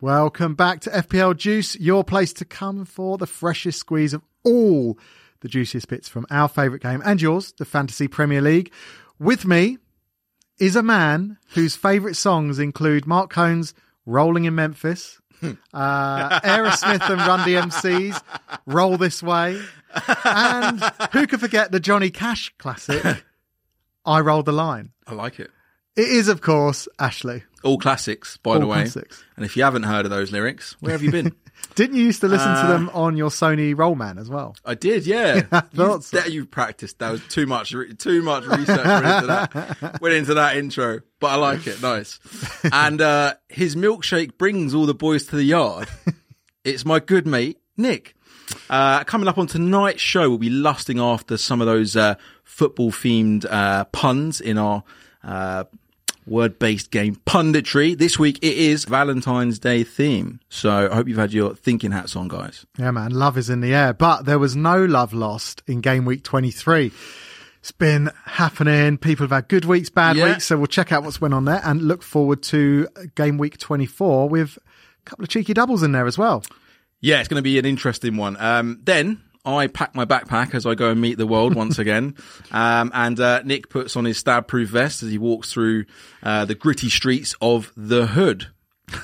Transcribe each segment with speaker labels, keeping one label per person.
Speaker 1: Welcome back to FPL Juice, your place to come for the freshest squeeze of all the juiciest bits from our favourite game and yours, the Fantasy Premier League. With me is a man whose favourite songs include Mark Cohn's Rolling in Memphis, uh, Aerosmith and Run DMC's Roll This Way, and who could forget the Johnny Cash classic, I Roll the Line.
Speaker 2: I like it.
Speaker 1: It is, of course, Ashley.
Speaker 2: All classics, by the
Speaker 1: All
Speaker 2: way.
Speaker 1: classics.
Speaker 2: And if you haven't heard of those lyrics, where have you been?
Speaker 1: Didn't you used to listen to them on your Sony Rollman as well?
Speaker 2: I did, yeah. you,
Speaker 1: thought so.
Speaker 2: that you practiced. That was too much, re- too much research went into that. Went into that intro, but I like it. Nice. And uh, his milkshake brings all the boys to the yard. It's my good mate Nick. Uh, coming up on tonight's show, we'll be lusting after some of those uh, football-themed uh, puns in our uh, word-based game punditry. This week it is Valentine's Day theme, so I hope you've had your thinking hats on, guys.
Speaker 1: Yeah, man, love is in the air. But there was no love lost in game week 23. It's been happening. People have had good weeks, bad
Speaker 2: Yeah.
Speaker 1: weeks. So we'll check out what's went on there and look forward to game week 24 with a couple of cheeky doubles in there as well.
Speaker 2: Yeah, it's going to be an interesting one. Um, then I pack my backpack as I go and meet the world once again. Um, and uh, Nick puts on his stab-proof vest as he walks through uh, the gritty streets of the hood.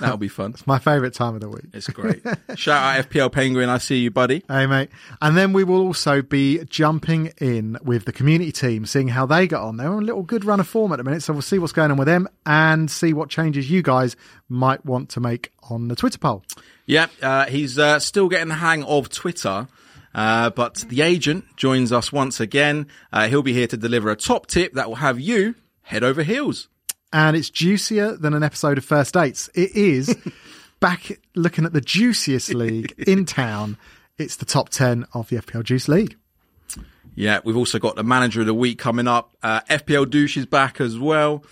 Speaker 2: That'll be fun.
Speaker 1: My favourite time of the week.
Speaker 2: It's great. Shout out FPL Penguin. I see you, buddy.
Speaker 1: Hey, mate. And then we will also be jumping in with the community team, seeing how they got on. They're on a little good run of form at the minute, so we'll see what's going on with them and see what changes you guys might want to make on the Twitter poll.
Speaker 2: Yep, uh, he's uh, still getting the hang of Twitter. Uh, but the agent joins us once again. Uh, he'll be here to deliver a top tip that will have you head over heels.
Speaker 1: And it's juicier than an episode of First Dates. It is back looking at the juiciest league in town. It's the top 10 of the FPL Juice League.
Speaker 2: Yeah, we've also got the manager of the week coming up. Uh, FPL douche is back as well,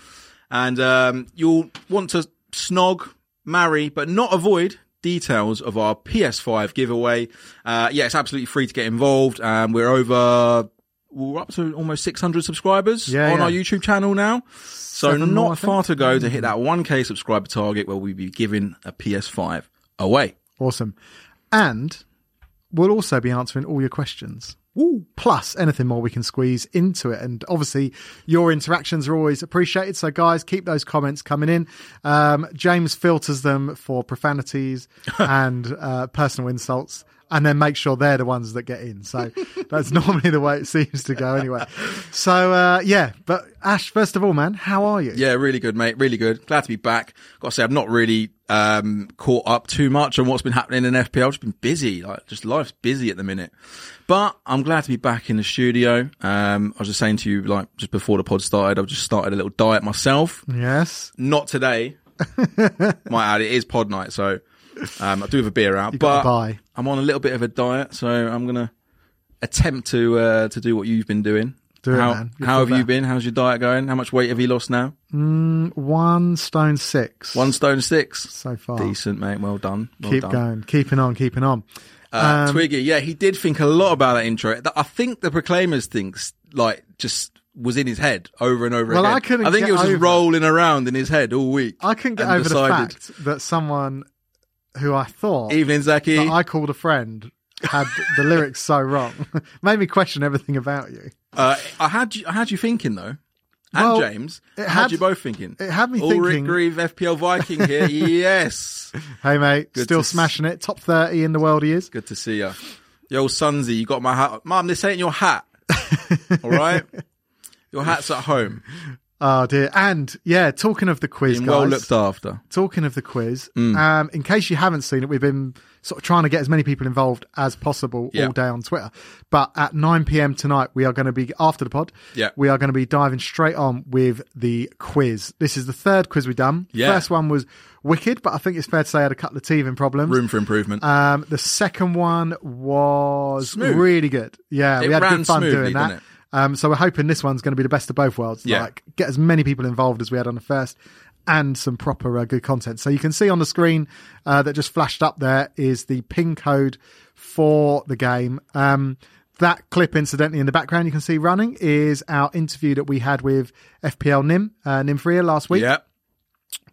Speaker 2: and um, you'll want to snog, marry, but not avoid details of our PS5 giveaway. Uh, yeah, it's absolutely free to get involved, and we're over. We're up to almost 600 subscribers
Speaker 1: Yeah,
Speaker 2: on
Speaker 1: yeah.
Speaker 2: our YouTube channel now. So
Speaker 1: Seven
Speaker 2: not
Speaker 1: more, I think.
Speaker 2: far to go to hit that 1k subscriber target where we'll be giving a PS5 away.
Speaker 1: Awesome. And we'll also be answering all your questions. Plus, anything more we can squeeze into it. And obviously, your interactions are always appreciated. So, guys, keep those comments coming in. Um, James filters them for profanities and uh, personal insults. And then make sure they're the ones that get in. So that's normally the way it seems to go, anyway. So uh, yeah, but Ash, first of all, man, how are you?
Speaker 2: Yeah, really good, mate. Really good. Glad to be back. Got to say, I've not really um, caught up too much on what's been happening in FPL. Just been busy. Like, just life's busy at the minute. But I'm glad to be back in the studio. Um, I was just saying to you, like, just before the pod started, I've just started a little diet myself.
Speaker 1: Yes,
Speaker 2: Not today. Might add, it is pod night, so um, I do have a beer
Speaker 1: gotta
Speaker 2: out. but
Speaker 1: buy.
Speaker 2: I'm on a little bit of a diet, so I'm gonna attempt to uh, to do what you've been doing.
Speaker 1: Do it,
Speaker 2: how
Speaker 1: man. You'll
Speaker 2: how
Speaker 1: feel
Speaker 2: have you
Speaker 1: better.
Speaker 2: been? How's your diet going? How much weight have you lost now?
Speaker 1: one stone six.
Speaker 2: One stone six.
Speaker 1: so far.
Speaker 2: Decent, mate. Well done. Well
Speaker 1: Oh. Keep
Speaker 2: done.
Speaker 1: going, Um, keeping on, keeping on.
Speaker 2: Uh, Twiggy, yeah, he did think a lot about that intro. Th- I think the Proclaimers thinks like just was in his head over and over
Speaker 1: Well,
Speaker 2: again.
Speaker 1: I couldn't
Speaker 2: I think
Speaker 1: get
Speaker 2: it was
Speaker 1: over-
Speaker 2: just rolling around in his head all week.
Speaker 1: I couldn't get
Speaker 2: and
Speaker 1: over
Speaker 2: decided, E
Speaker 1: the fact that someone who I thought
Speaker 2: Evening, Zaki.
Speaker 1: that I called a friend had the lyrics so wrong. Made me question everything about you.
Speaker 2: Uh, I had you, I had you thinking though, and
Speaker 1: Well,
Speaker 2: James.
Speaker 1: it
Speaker 2: I had
Speaker 1: had-
Speaker 2: you both thinking.
Speaker 1: it had me
Speaker 2: Ulrich
Speaker 1: thinking-
Speaker 2: Grieve, FPL Viking here. yes,
Speaker 1: Hey mate,
Speaker 2: Good
Speaker 1: still
Speaker 2: to s-
Speaker 1: smashing it. Top thirty in the world he is.
Speaker 2: good to see you. Yo, Sunzy, you got my hat. Mum, this ain't your hat. all right, your hat's at home.
Speaker 1: Oh dear. And yeah, talking of the quiz,
Speaker 2: Been
Speaker 1: guys.
Speaker 2: well looked after.
Speaker 1: talking of the quiz,
Speaker 2: Mm.
Speaker 1: um, in case you haven't seen it, we've been sort of trying to get as many people involved as possible
Speaker 2: Yeah.
Speaker 1: all day on Twitter. But at 9 p.m. tonight, we are going to be, after the pod,
Speaker 2: Yeah.
Speaker 1: we are going to be diving straight on with the quiz. This is the third quiz we've done.
Speaker 2: Yeah.
Speaker 1: First one was wicked, but I think it's fair to say I had a couple of teething problems.
Speaker 2: Room for improvement.
Speaker 1: Um, the second one was
Speaker 2: Smooth.
Speaker 1: really good. Yeah,
Speaker 2: It
Speaker 1: we had
Speaker 2: ran
Speaker 1: good fun
Speaker 2: smoothly,
Speaker 1: doing that.
Speaker 2: didn't it?
Speaker 1: Um, so we're hoping this one's going to be the best of both worlds.
Speaker 2: Yeah.
Speaker 1: Like get as many people involved as we had on the first, and some proper uh, good content. So you can see on the screen uh, that just flashed up there is the pin code for the game. Um, that clip, incidentally, in the background you can see running is our interview that we had with FPL Nim uh, Nimfria last week
Speaker 2: yeah.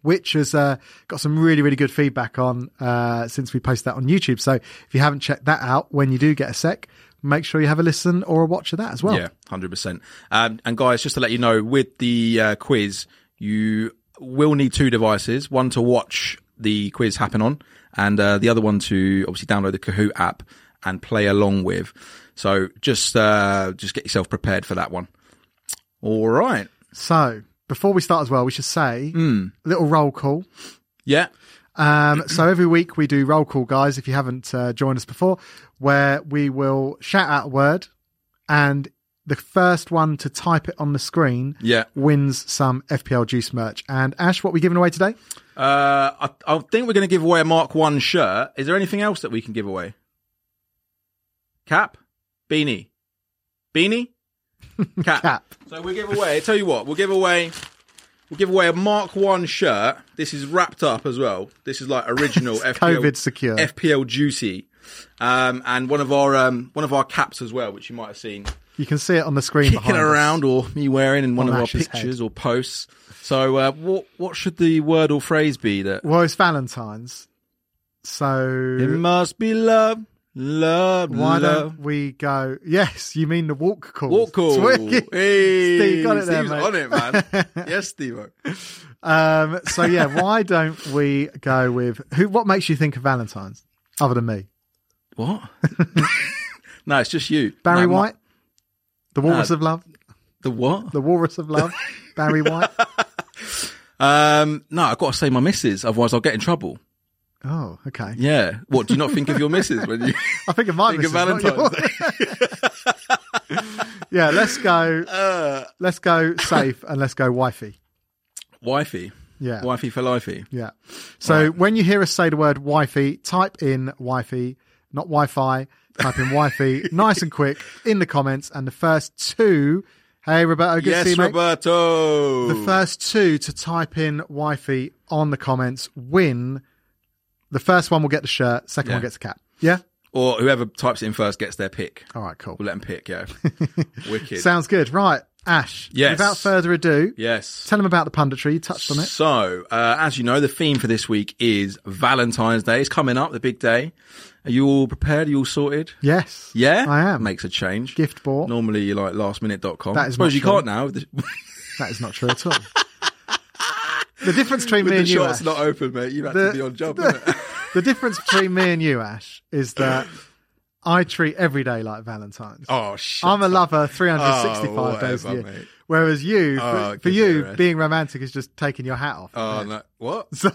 Speaker 1: which has uh, got some really, really good feedback on uh, since we posted that on YouTube. So if you haven't checked that out, when you do get a sec, make sure you have a listen or a watch of that as well.
Speaker 2: Yeah, hundred percent. Um, and guys, just to let you know, with the uh, quiz, you will need two devices: one to watch the quiz happen on, and uh, the other one to obviously download the Kahoot app and play along with. So just uh, just get yourself prepared for that one. All right.
Speaker 1: So before we start as well, we should say
Speaker 2: Hmm.
Speaker 1: a little roll call.
Speaker 2: Yeah.
Speaker 1: Um, so every week we do roll call, guys. If you haven't uh, joined us before, where we will shout out a word, and the first one to type it on the screen
Speaker 2: Yeah.
Speaker 1: wins some FPL Juice merch. And Ash, what are we giving away today?
Speaker 2: Uh, I, I think we're going to give away a Mark One shirt. Is there anything else that we can give away? Cap, beanie, beanie, cap.
Speaker 1: Cap.
Speaker 2: So we give away. Tell you what, we'll give away. We'll give away a Mark One shirt. This is wrapped up as well. This is like original FPL,
Speaker 1: COVID secure.
Speaker 2: FPL juicy, um, and one of our um, one of our caps as well, which you might have seen
Speaker 1: You can see it on the screen
Speaker 2: kicking
Speaker 1: behind us.
Speaker 2: around or me wearing in one
Speaker 1: On
Speaker 2: of our
Speaker 1: Ash's head.
Speaker 2: pictures or posts. So uh, what what should the word or phrase be that
Speaker 1: Well, it's Valentine's, so
Speaker 2: It must be love, love,
Speaker 1: why
Speaker 2: love.
Speaker 1: don't we go? Yes, you mean the walk call?
Speaker 2: Walk call. Hey,
Speaker 1: Steve got it there,
Speaker 2: Steve's
Speaker 1: mate.
Speaker 2: on it, man. yes, Steve.
Speaker 1: Um, so yeah, why don't we go with who? What makes you think of Valentine's other than me?
Speaker 2: What? no, it's just you. No,
Speaker 1: Barry
Speaker 2: I'm not-
Speaker 1: White, the Walrus
Speaker 2: Uh,
Speaker 1: of Love,
Speaker 2: The what?
Speaker 1: the Walrus of Love, Barry White.
Speaker 2: Um, no, I've got to say my missus, otherwise I'll get in trouble.
Speaker 1: Oh, okay.
Speaker 2: Yeah. What, do you not think of your missus when you
Speaker 1: I think of my
Speaker 2: think
Speaker 1: missus,
Speaker 2: of
Speaker 1: not
Speaker 2: Valentine's
Speaker 1: yours.
Speaker 2: Day?
Speaker 1: Yeah, let's go.
Speaker 2: Uh,
Speaker 1: Let's go safe and let's go wifey.
Speaker 2: wifey.
Speaker 1: Yeah.
Speaker 2: Wifey for lifey.
Speaker 1: Yeah. So when you hear us say the word wifey, type in wifey, not Wi Fi, type in wifey, nice and quick in the comments. And the first two, hey, Roberto, good to see you,
Speaker 2: Yes,
Speaker 1: mate.
Speaker 2: Roberto.
Speaker 1: The first two to type in wifey on the comments win. The first one will get the shirt, second one
Speaker 2: Yeah.
Speaker 1: gets a cap. Yeah?
Speaker 2: or whoever types it in first gets their pick.
Speaker 1: All right, cool.
Speaker 2: We'll let them pick, yeah. Wicked.
Speaker 1: Sounds good. Right, Ash.
Speaker 2: Yes.
Speaker 1: Without further ado,
Speaker 2: yes.
Speaker 1: tell them about the punditry. You touched on it.
Speaker 2: So, uh, as you know, the theme for this week is Valentine's Day. It's coming up, the big day. Are you all prepared? Are you all sorted?
Speaker 1: Yes.
Speaker 2: Yeah?
Speaker 1: I am.
Speaker 2: Makes a change.
Speaker 1: Gift bought.
Speaker 2: Normally, you're like lastminute.com.
Speaker 1: That is
Speaker 2: Suppose
Speaker 1: not
Speaker 2: you
Speaker 1: true.
Speaker 2: can't now. The,
Speaker 1: That is not true at all. the difference between me
Speaker 2: the
Speaker 1: and you,
Speaker 2: shop's
Speaker 1: Ash,
Speaker 2: not open, mate. You've had
Speaker 1: The-
Speaker 2: to be on job.
Speaker 1: the-
Speaker 2: innit?
Speaker 1: the difference between me and you, Ash, is that I treat every day like Valentine's.
Speaker 2: oh, shit.
Speaker 1: I'm a lover 365
Speaker 2: Oh,
Speaker 1: days a year.
Speaker 2: whatever, mate.
Speaker 1: Whereas you,
Speaker 2: Oh,
Speaker 1: for, for
Speaker 2: good
Speaker 1: you,
Speaker 2: for her.
Speaker 1: being romantic is just taking your hat off.
Speaker 2: oh, no. What?
Speaker 1: So,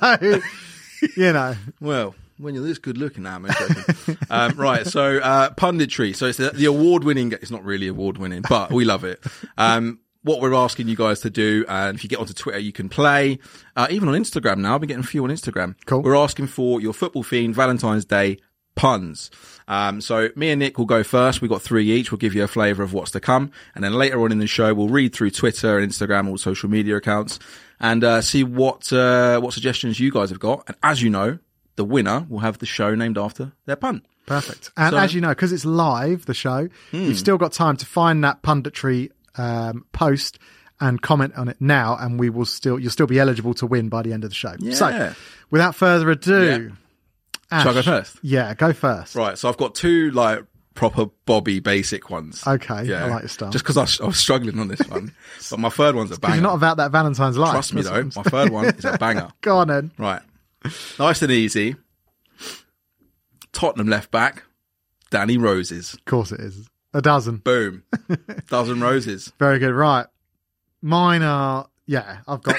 Speaker 1: you know,
Speaker 2: Well, when you're this good looking, now, I'm joking. um, right, so uh, punditry. So it's the, the award winning. It's not really award winning, but we love it. Um, what we're asking you guys to do, and if you get onto Twitter, you can play. Uh, even on Instagram now, I've been getting a few on Instagram.
Speaker 1: Cool.
Speaker 2: We're asking for your football themed Valentine's Day puns. Um, so me and Nick will go first. We've got three each. We'll give you a flavour of what's to come. And then later on in the show, we'll read through Twitter and Instagram, all social media accounts, and uh, see what uh, what suggestions you guys have got. And as you know, the winner will have the show named after their pun.
Speaker 1: perfect. And as you know, because it's live, the show,
Speaker 2: Hmm.
Speaker 1: you've still got time to find that punditry um, post and comment on it now, and we will still, you'll still be eligible to win by the end of the show. So,
Speaker 2: Yeah.
Speaker 1: without further ado, Ash,
Speaker 2: Shall I go first?
Speaker 1: Yeah, go first.
Speaker 2: Right. So I've got two like proper Bobby basic ones.
Speaker 1: Okay, I like your style.
Speaker 2: Just because I, was- I was struggling on this one, but my third one's a banger.
Speaker 1: You're not about that Valentine's life.
Speaker 2: Trust me
Speaker 1: that's
Speaker 2: though,
Speaker 1: what
Speaker 2: my
Speaker 1: I'm-
Speaker 2: third one is a banger.
Speaker 1: Go on then.
Speaker 2: Right. Nice and easy. Tottenham left back, Danny Roses.
Speaker 1: Of course it is. A dozen.
Speaker 2: Boom. Dozen roses.
Speaker 1: Very good. Right. Mine are, yeah, I've got.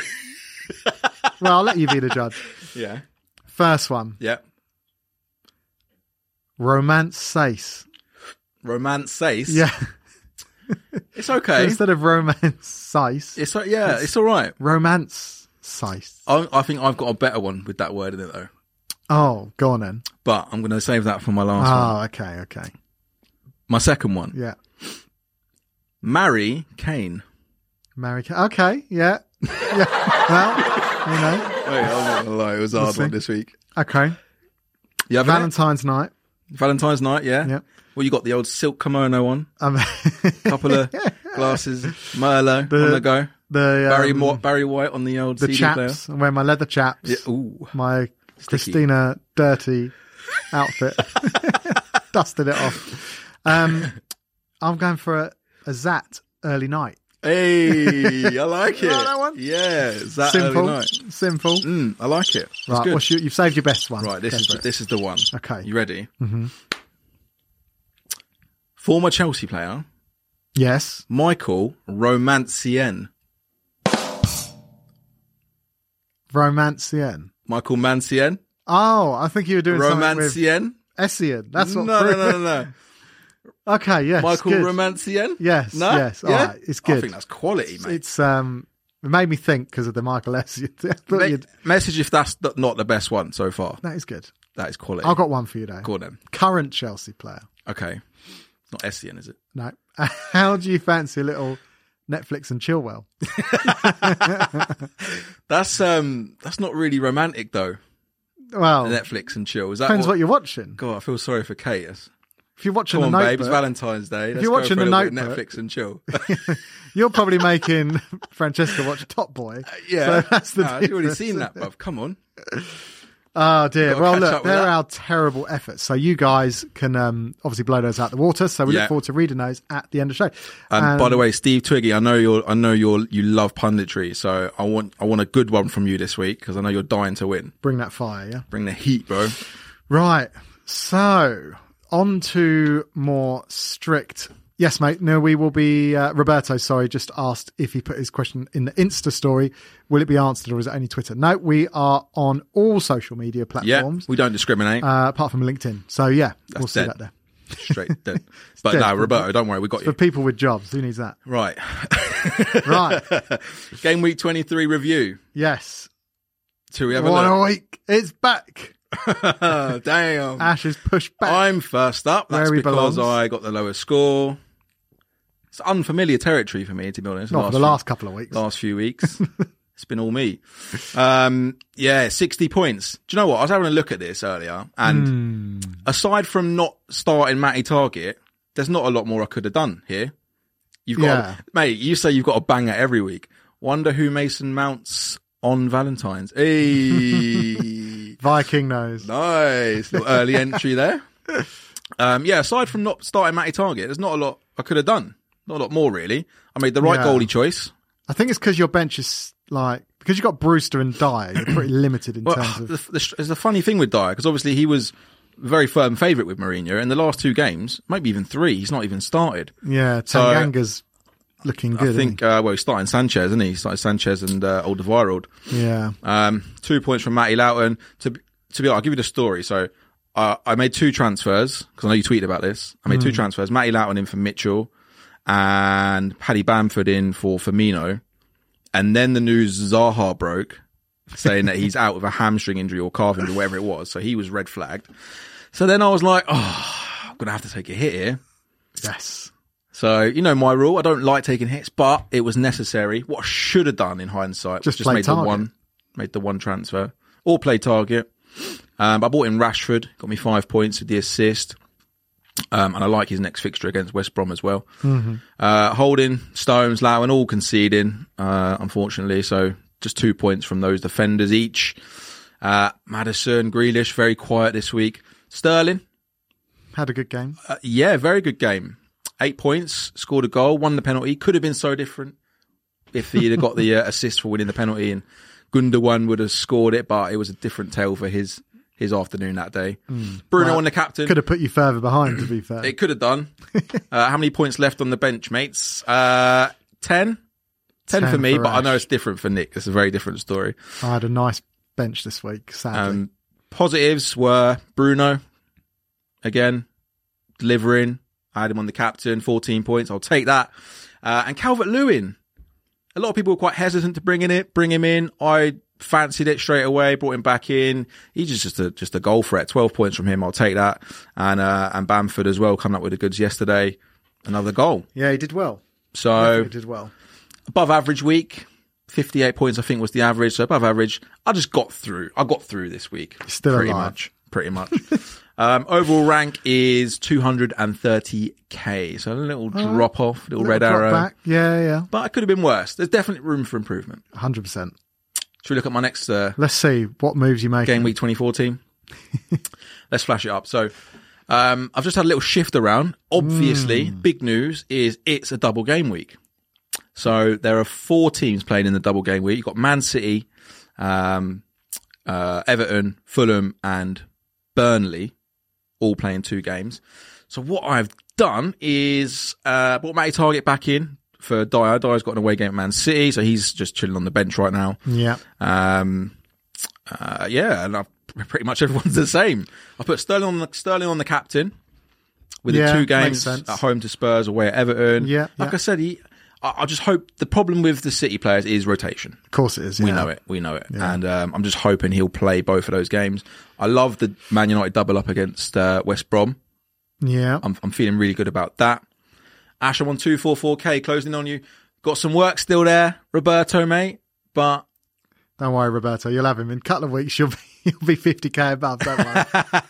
Speaker 1: well, I'll let you be the judge.
Speaker 2: Yeah.
Speaker 1: First one
Speaker 2: Yeah.
Speaker 1: Romance Sace.
Speaker 2: Romance says.
Speaker 1: Yeah.
Speaker 2: It's okay.
Speaker 1: Instead of Romance Sace,
Speaker 2: Eh? It's, o- yeah, it's all right.
Speaker 1: Romance Sace.
Speaker 2: I, I think I've got a better one with that word in it though.
Speaker 1: Oh, go on then.
Speaker 2: But I'm going to save that for my last one.
Speaker 1: Oh, okay, okay.
Speaker 2: My second one.
Speaker 1: Yeah.
Speaker 2: Marry Kane.
Speaker 1: Mary Kay. Okay, yeah. Yeah. Well, you know.
Speaker 2: Wait, I'm not gonna lie, it was a hard
Speaker 1: see.
Speaker 2: one this week.
Speaker 1: Okay.
Speaker 2: You having it?
Speaker 1: Valentine's night.
Speaker 2: Valentine's night, yeah.
Speaker 1: Yeah.
Speaker 2: Well, you got the old silk kimono on,
Speaker 1: Um,
Speaker 2: couple of glasses Merlot on the go.
Speaker 1: the um,
Speaker 2: Barry Mo- Barry White on the old
Speaker 1: the
Speaker 2: CD player.
Speaker 1: chaps. I'm wearing my leather chaps.
Speaker 2: Yeah, ooh,
Speaker 1: my Christina dirty outfit. Dusted it off. Um, I'm going for a, a Zat early night.
Speaker 2: hey, I like it.
Speaker 1: like that one?
Speaker 2: Yeah, it's that
Speaker 1: Simple,
Speaker 2: early night.
Speaker 1: simple.
Speaker 2: Mm, I like it. It's
Speaker 1: right,
Speaker 2: good.
Speaker 1: what's your, you've saved your best one.
Speaker 2: right, this
Speaker 1: Go
Speaker 2: is
Speaker 1: for
Speaker 2: the,
Speaker 1: it.
Speaker 2: this is the one.
Speaker 1: okay.
Speaker 2: You ready? Mm-hmm. Former Chelsea player
Speaker 1: yes,
Speaker 2: Michael Romancien.
Speaker 1: Romancien.
Speaker 2: Michael Mancien.
Speaker 1: Oh, I think you were doing something
Speaker 2: Romancien.
Speaker 1: with Essien. That's
Speaker 2: No,
Speaker 1: what.
Speaker 2: no, no, no, no.
Speaker 1: Okay, yes,
Speaker 2: Michael
Speaker 1: good.
Speaker 2: Romancien.
Speaker 1: Yes,
Speaker 2: No?
Speaker 1: yes. All
Speaker 2: Yeah?
Speaker 1: right, it's
Speaker 2: I
Speaker 1: good.
Speaker 2: think that's quality, mate.
Speaker 1: it's um, it made me think because of the Michael Essien. I thought
Speaker 2: Me-
Speaker 1: you'd-
Speaker 2: message if that's th- not the best one so far.
Speaker 1: that is good.
Speaker 2: That is quality.
Speaker 1: I've got one for you, though.
Speaker 2: Go on then.
Speaker 1: Current Chelsea player.
Speaker 2: Okay. It's not Essien, is it?
Speaker 1: No. How do you fancy a little Netflix and Chillwell?
Speaker 2: That's um that's not really romantic though.
Speaker 1: Well,
Speaker 2: Netflix and chill. Is that
Speaker 1: depends
Speaker 2: what,
Speaker 1: what you're watching.
Speaker 2: God, I feel sorry for Kate. That's-
Speaker 1: If you're watching
Speaker 2: Come on,
Speaker 1: the
Speaker 2: babe,
Speaker 1: Notebook,
Speaker 2: it's Valentine's Day. Let's
Speaker 1: you're
Speaker 2: go
Speaker 1: watching
Speaker 2: for a
Speaker 1: The
Speaker 2: little bit
Speaker 1: Notebook-
Speaker 2: Netflix and chill.
Speaker 1: you're probably making Francesca watch Top Boy.
Speaker 2: Uh, yeah.
Speaker 1: So that's the
Speaker 2: Nah, you've already
Speaker 1: difference.
Speaker 2: seen that, bruv. Come on.
Speaker 1: Oh dear.
Speaker 2: Gotta
Speaker 1: Well,
Speaker 2: catch
Speaker 1: look,
Speaker 2: up with
Speaker 1: there are
Speaker 2: that.
Speaker 1: our terrible efforts. So you guys can um, obviously blow those out the water. So we
Speaker 2: Yeah.
Speaker 1: look forward to reading those at the end of the show.
Speaker 2: Um, by the way, Steve Twiggy, I know you're, I know you're, you love punditry, so I want, I want a good one from you this week because I know you're dying to win.
Speaker 1: bring that fire. Yeah.
Speaker 2: Bring the heat, bro.
Speaker 1: Right. So on to more strict. Yes, mate. No, we will be. Uh, Roberto, sorry, just asked if he put his question in the Insta story. Will it be answered or is it only Twitter? No, we are on all social media
Speaker 2: Yeah.
Speaker 1: platforms
Speaker 2: We don't discriminate.
Speaker 1: uh, apart from LinkedIn. So yeah, we'll see
Speaker 2: dead.
Speaker 1: that there.
Speaker 2: Straight dead. But
Speaker 1: dead.
Speaker 2: no, Roberto, don't worry. We got
Speaker 1: For
Speaker 2: you.
Speaker 1: people with jobs, who needs that?
Speaker 2: Right.
Speaker 1: Right.
Speaker 2: Game week 23 review.
Speaker 1: yes.
Speaker 2: Shall we have
Speaker 1: What
Speaker 2: a
Speaker 1: a week! It's back.
Speaker 2: look? Damn.
Speaker 1: Ash is pushed back.
Speaker 2: I'm first up.
Speaker 1: Uh,
Speaker 2: That's
Speaker 1: Where he
Speaker 2: because
Speaker 1: belongs.
Speaker 2: I got the lowest score. It's unfamiliar territory for me, to be honest.
Speaker 1: Not for the
Speaker 2: few-
Speaker 1: last couple of weeks.
Speaker 2: last few weeks. it's been all me. Um, yeah, 60 points. Do you know what? I was having a look at this earlier, and
Speaker 1: Hmm.
Speaker 2: aside from not starting Matty Target, there's not a lot more I could have done here. You've got,
Speaker 1: Yeah.
Speaker 2: mate, you say you've got a banger every week. Wonder who Mason mounts on Valentine's. Hey,
Speaker 1: Viking knows.
Speaker 2: nice little early entry there. Um, yeah, aside from not starting Matty Target, there's not a lot I could have done. Not a lot more, really. I made the right
Speaker 1: Yeah.
Speaker 2: goalie choice.
Speaker 1: I think it's because your bench is like because you got Brewster and Dyer, you're pretty limited in
Speaker 2: Well,
Speaker 1: terms of.
Speaker 2: the, the, there's a funny thing with Dyer because obviously he was a very firm favourite with Mourinho. In the last two games, maybe even three, he's not even started.
Speaker 1: Yeah, Tanganga's looking good.
Speaker 2: uh, I think, uh, well, he's starting Sanchez, isn't he? He started Sanchez and uh, Alderweireld.
Speaker 1: isn't he? Yeah.
Speaker 2: Um, two points from Matty Loughton. To, to be honest, I'll give you the story. So uh, I made two transfers because I know you tweeted about this. I made two transfers. Matty Loughton in for Mitchell and Paddy Bamford in for Firmino. And then the news Zaha broke saying that he's out with a hamstring injury or calf injury, whatever it was. So he was red flagged. So then I was like, oh, I'm going to have to take a hit here.
Speaker 1: Yes.
Speaker 2: So you know my rule. I don't like taking hits, but it was necessary. What I should have done in hindsight was
Speaker 1: Just
Speaker 2: just
Speaker 1: play
Speaker 2: made the
Speaker 1: target.
Speaker 2: one, made the one transfer or play target. Um, I bought in Rashford, got me five points with the assist, um, and I like his next fixture against West Brom as well.
Speaker 1: Mm-hmm.
Speaker 2: Uh, holding Stones, Low, and all conceding, uh, unfortunately. So just two points from those defenders each. Uh, Madison, Grealish, very quiet this week. Sterling,
Speaker 1: Had a good game.
Speaker 2: uh, yeah, very good game. Eight points, scored a goal, won the penalty. Could have been so different if he'd have got the uh, assist for winning the penalty, and Gundogan would have scored it. But it was a different tale for his his afternoon that day.
Speaker 1: Hmm.
Speaker 2: Bruno on the captain.
Speaker 1: Could have put you further behind, to be fair.
Speaker 2: it could have done. uh, how many points left on the bench, mates? Uh, ten. 10, for
Speaker 1: 10
Speaker 2: me,
Speaker 1: for
Speaker 2: but I
Speaker 1: Ash.
Speaker 2: know it's different for Nick. It's a very different story.
Speaker 1: I had a nice bench this week, sadly.
Speaker 2: Um, positives were Bruno, again, delivering. I had him on the captain, 14 points. I'll take that. Uh, and Calvert Lewin. A lot of people were quite hesitant to bring in it, bring him in. I fancied it straight away, brought him back in. He's just, just a just a goal threat. 12 points from him. I'll take that. And uh, and Bamford as well, coming up with the goods yesterday. Another goal.
Speaker 1: yeah, he did well.
Speaker 2: So
Speaker 1: He did well.
Speaker 2: above average week. 58 points, I think, was the average. So above average. I just got through. I got through this week.
Speaker 1: Still
Speaker 2: pretty
Speaker 1: alive.
Speaker 2: much. pretty much. um, overall rank is 230k, so a little drop off, little, red
Speaker 1: Oh, Drop
Speaker 2: arrow.
Speaker 1: back. Yeah, yeah,
Speaker 2: But it could have been worse. There's definitely room for improvement.
Speaker 1: hundred percent.
Speaker 2: Should we look at my next uh,
Speaker 1: Let's see what moves you make.
Speaker 2: game week 2014? Let's flash it up. So. Um, I've just had a little shift around. Obviously, big news is it's a double game week. So there are four teams playing in the double game week. You've got Man City, um, uh, Everton, Fulham, and Burnley all playing two games. So what I've done is uh, brought Matty Target back in for Dyer. Dyer's got an away game at Man City, so he's just chilling on the bench right now.
Speaker 1: Yeah,
Speaker 2: Um, uh, yeah, and I've, pretty much everyone's the same. I put Sterling on the Sterling on the captain with
Speaker 1: Yeah,
Speaker 2: the two
Speaker 1: makes
Speaker 2: games
Speaker 1: sense.
Speaker 2: at home to Spurs, away at Everton.
Speaker 1: Yeah,
Speaker 2: like
Speaker 1: yeah.
Speaker 2: I said, he, I, I just hope the problem with the City players is rotation.
Speaker 1: of course it is.
Speaker 2: We
Speaker 1: yeah.
Speaker 2: know it. We know it. And um, I'm just hoping he'll play both of those games. I love the Man United double up against uh, West Brom.
Speaker 1: Yeah,
Speaker 2: I'm, I'm feeling really good about that. Ash, I'm on 244k, closing in on you. Got some work still there, Roberto, mate. But
Speaker 1: don't worry, Roberto. You'll have him in a couple of weeks. You'll be you'll be fifty k above. Don't worry.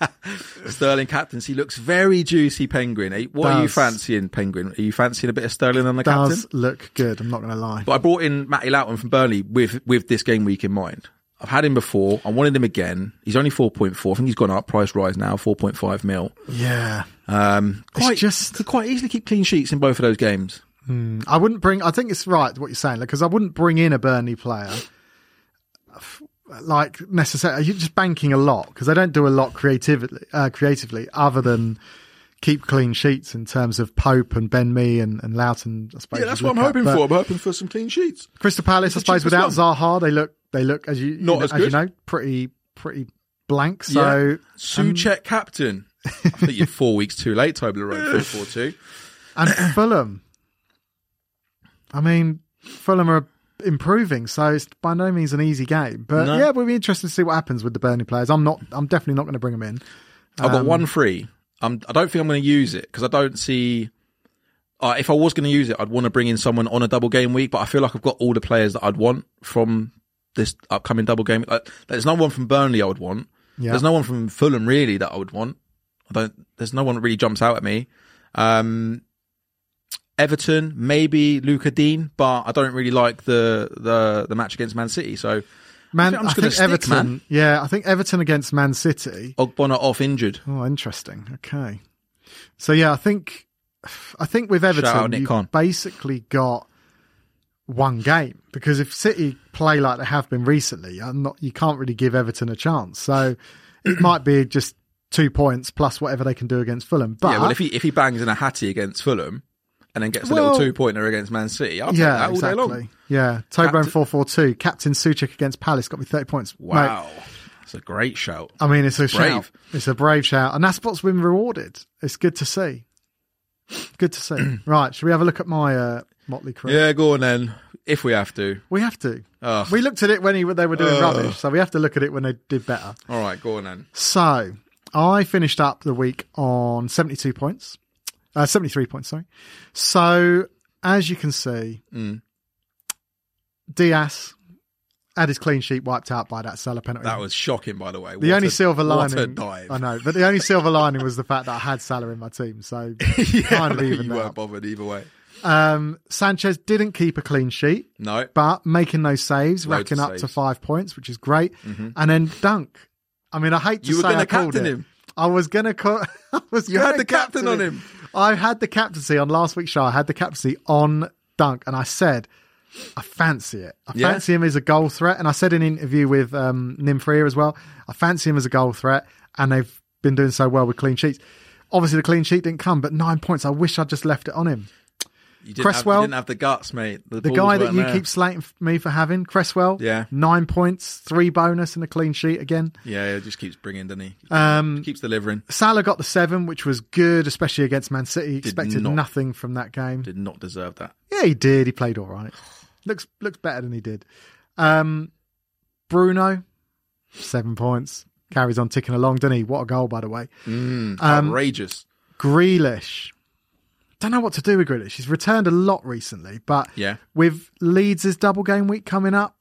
Speaker 2: Sterling captaincy looks very juicy, Penguin. Eh, What are you
Speaker 1: Does.
Speaker 2: fancying, Penguin? Are you fancying a bit of Sterling on the captain?
Speaker 1: Does look good. I'm not going to lie.
Speaker 2: But I brought in Matty Loughton from Burnley with with this game week in mind. I've had him before. I wanted him again. He's only 4.4. I think he's gone up. Price rise now, 4.5 mil.
Speaker 1: yeah,
Speaker 2: Um, quite,
Speaker 1: just-
Speaker 2: could quite easily keep clean sheets in both of those games.
Speaker 1: I wouldn't bring. I think it's right what you're saying because I wouldn't bring in a Burnley player f- like necessarily. You're just banking a lot because they don't do a lot creatively, uh, creatively other than keep clean sheets in terms of Pope and Ben Mee and, and Loughton. I suppose you'd look at. But
Speaker 2: I'm hoping for some clean sheets.
Speaker 1: Crystal Palace, I
Speaker 2: the
Speaker 1: suppose, without
Speaker 2: cheapest
Speaker 1: Zaha, they look they look as you
Speaker 2: Not
Speaker 1: you know,
Speaker 2: as
Speaker 1: you
Speaker 2: good.
Speaker 1: know pretty pretty blank. So
Speaker 2: Suchet captain. I think you're four weeks too late, Toblerone 442.
Speaker 1: and Fulham, I mean, Fulham are improving, so it's by no means an easy game. But
Speaker 2: No.
Speaker 1: yeah, we'll be interested to see what happens with the Burnley players. I'm not. I'm definitely not going to bring them in.
Speaker 2: I've got one free. I'm, I don't think I'm going to use it because I don't see. Uh, if I was going to use it, I'd want to bring in someone on a double game week, but I feel like I've got all the players that I'd want from this upcoming double game. Like, there's no one from Burnley I would want.
Speaker 1: Yeah.
Speaker 2: There's no one from Fulham really that I would want. I don't. There's no one that really jumps out at me. Um, Everton, maybe Luca Dean, but I don't really like the the the match against Man City. So
Speaker 1: Man, I
Speaker 2: I'm just gonna
Speaker 1: think
Speaker 2: stick,
Speaker 1: Everton.
Speaker 2: man.
Speaker 1: Yeah, I think Everton against Man City.
Speaker 2: Ogbonna off injured.
Speaker 1: Oh, interesting. Okay, so yeah, I think I think with
Speaker 2: out
Speaker 1: Everton,
Speaker 2: Nick
Speaker 1: you
Speaker 2: Khan.
Speaker 1: basically got one game because if City play like they have been recently, I'm not. You can't really give Everton a chance. So it might be just two points plus whatever they can do against Fulham. But
Speaker 2: yeah, well, if he if he bangs in a hattie against Fulham and then gets a
Speaker 1: Well-
Speaker 2: little two pointer against Man City, I'll
Speaker 1: Yeah,
Speaker 2: yeah, that all
Speaker 1: exactly.
Speaker 2: day long.
Speaker 1: Yeah, Toblerone four four two. Captain Suchek against Palace got me thirty points. Mate,
Speaker 2: Wow, it's a great shout.
Speaker 1: I mean, it's a shout.
Speaker 2: Brave.
Speaker 1: It's a brave shout, and that's what's been rewarded. It's good to see. Good to see. right, should we have a look at my uh, Motley Crue?
Speaker 2: Yeah, go on then. If we have to,
Speaker 1: We have to.
Speaker 2: Ugh.
Speaker 1: We looked at it when he, they were
Speaker 2: Uh.
Speaker 1: doing rubbish, so we have to look at it when they did better.
Speaker 2: all right, go on then.
Speaker 1: So I finished up the week on 72 points, uh, 73 points, sorry. So as you can see,
Speaker 2: Mm.
Speaker 1: Diaz had his clean sheet wiped out by that Salah penalty.
Speaker 2: That was shocking, by the way.
Speaker 1: the only silver lining.
Speaker 2: What a dive!
Speaker 1: I know, but the only silver lining was the fact that I had Salah in my team. So
Speaker 2: yeah,
Speaker 1: kind
Speaker 2: I
Speaker 1: of
Speaker 2: know
Speaker 1: even
Speaker 2: you
Speaker 1: that
Speaker 2: weren't
Speaker 1: up.
Speaker 2: bothered either way.
Speaker 1: um, Sanchez didn't keep a clean sheet.
Speaker 2: No,
Speaker 1: but making those saves,
Speaker 2: Loads
Speaker 1: racking
Speaker 2: of
Speaker 1: up to
Speaker 2: saves. Mm-hmm.
Speaker 1: five points, which is great. And then dunk. I mean, I hate to
Speaker 2: You were
Speaker 1: say
Speaker 2: gonna
Speaker 1: I called
Speaker 2: captain
Speaker 1: it.
Speaker 2: him.
Speaker 1: I was gonna call. I was
Speaker 2: You had
Speaker 1: gonna
Speaker 2: the captain on
Speaker 1: it.
Speaker 2: him.
Speaker 1: I had the captaincy on last week's show. I had the captaincy on dunk, and I said. I fancy it. I
Speaker 2: Yeah.
Speaker 1: fancy him as a goal threat, and I said in an interview with um, Nimfria as well. I fancy him as a goal threat, and they've been doing so well with clean sheets. Obviously, the clean sheet didn't come, but nine points. I wish I would just left it on him.
Speaker 2: you didn't, have,
Speaker 1: Cresswell,
Speaker 2: you didn't have the guts, mate. The,
Speaker 1: The
Speaker 2: balls
Speaker 1: guy that
Speaker 2: weren't
Speaker 1: you
Speaker 2: there.
Speaker 1: keep slating f- me for having, Cresswell.
Speaker 2: Yeah.
Speaker 1: Nine points, three bonus, and a clean sheet again.
Speaker 2: yeah, yeah, just keeps bringing, doesn't he?
Speaker 1: Um,
Speaker 2: keeps delivering.
Speaker 1: Salah got the seven, which was good, especially against Man City. Expected
Speaker 2: not-
Speaker 1: nothing from that game.
Speaker 2: Did not deserve that.
Speaker 1: Yeah, he did. He played all right. Looks looks better than he did. Um, Bruno, seven points. Carries on ticking along, doesn't he? What a goal, by the way.
Speaker 2: Mm.
Speaker 1: Um,
Speaker 2: Outrageous.
Speaker 1: Grealish. Don't know what to do with Grealish. He's returned a lot recently, but
Speaker 2: Yeah.
Speaker 1: with Leeds' double game week coming up,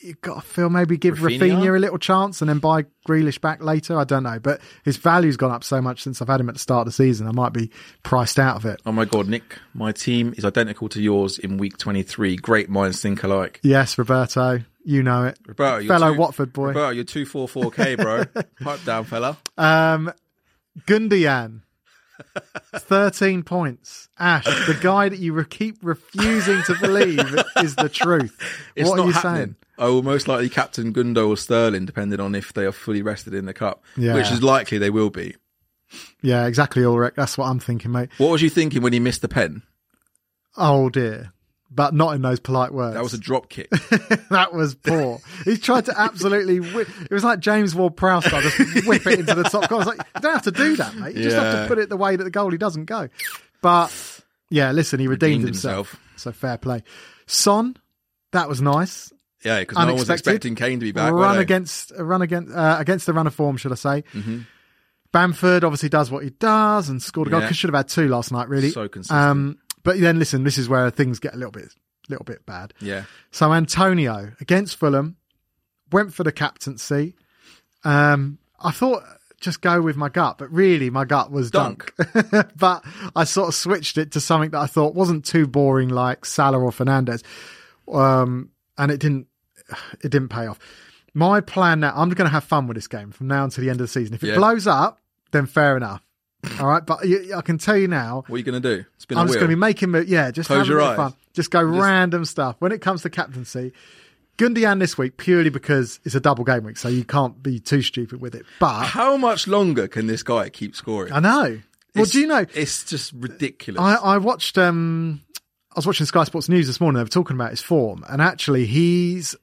Speaker 1: you've got to feel maybe give Rafinha?
Speaker 2: Rafinha?
Speaker 1: a little chance and then buy Grealish back later. I don't know, but his value's gone up so much since I've had him at the start of the season. I might be priced out of it.
Speaker 2: Oh my God, Nick, my team is identical to yours in week 23. Great minds think alike.
Speaker 1: Yes, Roberto, you know it,
Speaker 2: Roberto, you're
Speaker 1: fellow
Speaker 2: two,
Speaker 1: Watford boy.
Speaker 2: Roberto, you're 244k, bro. Pipe down, fella.
Speaker 1: Um, Gundian, 13 points. Ash, the guy that you re- keep refusing to believe is the truth.
Speaker 2: It's
Speaker 1: what
Speaker 2: not
Speaker 1: are you
Speaker 2: happening.
Speaker 1: saying?
Speaker 2: I will most likely captain Gundo or Sterling, depending on if they are fully rested in the cup,
Speaker 1: Yeah.
Speaker 2: which is likely they will be.
Speaker 1: Yeah, exactly, Ulrich. That's what I'm thinking, mate.
Speaker 2: What was you thinking when he missed the pen?
Speaker 1: Oh, dear. But not in those polite words.
Speaker 2: That was a drop kick.
Speaker 1: that was poor. He tried to absolutely. Whip, it was like James Ward Prowse style, just whip it into the top corner. I was like, you don't have to do that, mate. You just have to
Speaker 2: Yeah.
Speaker 1: put it the way that the goalie doesn't go. But yeah, listen, he redeemed,
Speaker 2: Redeemed
Speaker 1: himself.
Speaker 2: himself.
Speaker 1: So fair play. Son, that was nice.
Speaker 2: Yeah, because no one was
Speaker 1: Unexpected.
Speaker 2: expecting Kane to be back. were
Speaker 1: run
Speaker 2: they? Mm-hmm.
Speaker 1: against a run against uh, against the run of form, should I say? Bamford obviously does what he does and scored a goal.
Speaker 2: Yeah.
Speaker 1: 'Cause Should have had two last night, really.
Speaker 2: So consistent.
Speaker 1: um, but then listen, this is where things get a little bit little bit bad.
Speaker 2: Yeah.
Speaker 1: So Antonio against Fulham went for the captaincy. Um, I thought just go with my gut, but really my gut was dunk. but I sort of switched it to something that I thought wasn't too boring, like Salah or Fernandez, um, and it didn't it didn't pay off. My plan now, I'm going to have fun with this game from now until the end of the season. If it
Speaker 2: Yeah.
Speaker 1: blows up, then fair enough. All right, but you, I can tell you now,
Speaker 2: What are you going to do? Spin
Speaker 1: I'm
Speaker 2: a
Speaker 1: just
Speaker 2: wheel.
Speaker 1: going to be making mo- yeah, just
Speaker 2: Close
Speaker 1: have
Speaker 2: your
Speaker 1: a bit of
Speaker 2: eyes.
Speaker 1: fun. Just go random stuff. When it comes to captaincy, Gundian this week purely because it's a double game week, so you can't be too stupid with it. But
Speaker 2: How much longer can this guy keep scoring?
Speaker 1: I know. Well,
Speaker 2: It's-
Speaker 1: do you know?
Speaker 2: It's just ridiculous.
Speaker 1: I, I watched. um I was watching Sky Sports News this morning. They were talking about his form, and actually, he's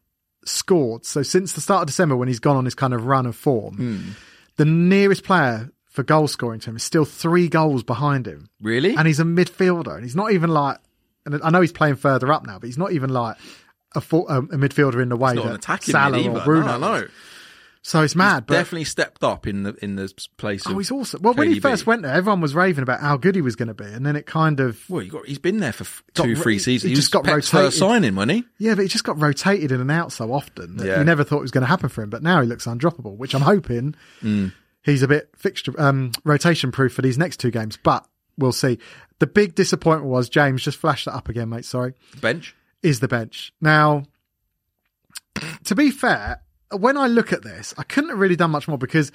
Speaker 1: scored. So since the start of December, when he's gone on his kind of run of form,
Speaker 2: Hmm.
Speaker 1: the nearest player for goal scoring to him is still three goals behind him.
Speaker 2: really?
Speaker 1: and he's a midfielder, and he's not even like. And I know he's playing further up now, but he's not even like a full, um, a midfielder in the way
Speaker 2: not an
Speaker 1: that
Speaker 2: attacking
Speaker 1: Salah
Speaker 2: mid
Speaker 1: or
Speaker 2: either.
Speaker 1: Bruno.
Speaker 2: No,
Speaker 1: is.
Speaker 2: no.
Speaker 1: So it's mad, but
Speaker 2: Definitely stepped up in the in the place. Of,
Speaker 1: oh, he's awesome. Well, when he
Speaker 2: KDB.
Speaker 1: first went there, everyone was raving about how good he was going to be, and then it kind of
Speaker 2: Well, he got, he's been there for f-
Speaker 1: Got
Speaker 2: two,
Speaker 1: ro-
Speaker 2: three seasons.
Speaker 1: he
Speaker 2: He,
Speaker 1: just got
Speaker 2: was Pep's first
Speaker 1: rotated.
Speaker 2: signing, wasn't he?
Speaker 1: yeah, but it just got rotated in and out so often that
Speaker 2: Yeah.
Speaker 1: you never thought it was going to happen for him. But now he looks undroppable, which I'm hoping
Speaker 2: Mm.
Speaker 1: he's a bit fixture um, rotation proof for these next two games, but we'll see. The big disappointment was James. Just flash that up again, mate. Sorry.
Speaker 2: Bench.
Speaker 1: is the bench. Now, to be fair, when I look at this, I couldn't have really done much more because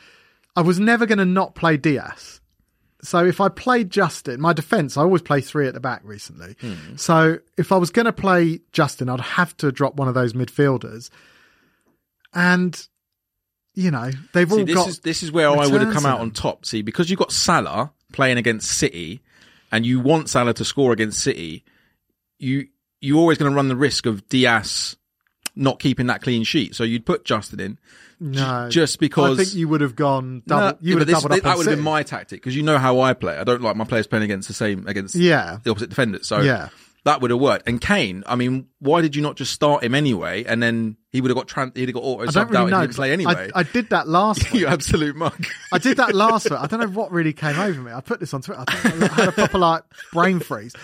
Speaker 1: I was never going to not play Diaz. So if I played Justin, my defence, I always play three at the back recently.
Speaker 2: Hmm.
Speaker 1: So if I was going to play Justin, I'd have to drop one of those midfielders. And, you know, they've
Speaker 2: See,
Speaker 1: all
Speaker 2: this
Speaker 1: got.
Speaker 2: is this is where I would have
Speaker 1: returns
Speaker 2: come
Speaker 1: to
Speaker 2: out
Speaker 1: them.
Speaker 2: on top. See, because you have got Salah playing against City, and you want Salah to score against City, you you're always going to run the risk of Diaz not keeping that clean sheet. So you'd put Justin in
Speaker 1: no,
Speaker 2: just because.
Speaker 1: I think you would have gone double.
Speaker 2: No,
Speaker 1: you
Speaker 2: yeah,
Speaker 1: would
Speaker 2: but
Speaker 1: have
Speaker 2: this-
Speaker 1: doubled up
Speaker 2: that
Speaker 1: on
Speaker 2: would have been
Speaker 1: City.
Speaker 2: my tactic because you know how I play. I don't like my players playing against the same against
Speaker 1: Yeah.
Speaker 2: the opposite defenders. So
Speaker 1: Yeah.
Speaker 2: that would have worked. And Kane, I mean, why did you not just start him anyway? And then he would have got tran- he'd have got auto
Speaker 1: I don't
Speaker 2: subbed
Speaker 1: really
Speaker 2: out and
Speaker 1: know.
Speaker 2: he didn't play
Speaker 1: I-
Speaker 2: anyway.
Speaker 1: I did that last week.
Speaker 2: you absolute mug.
Speaker 1: I did that last week. I don't know what really came over me. I put this on Twitter. I, think I had a proper like brain freeze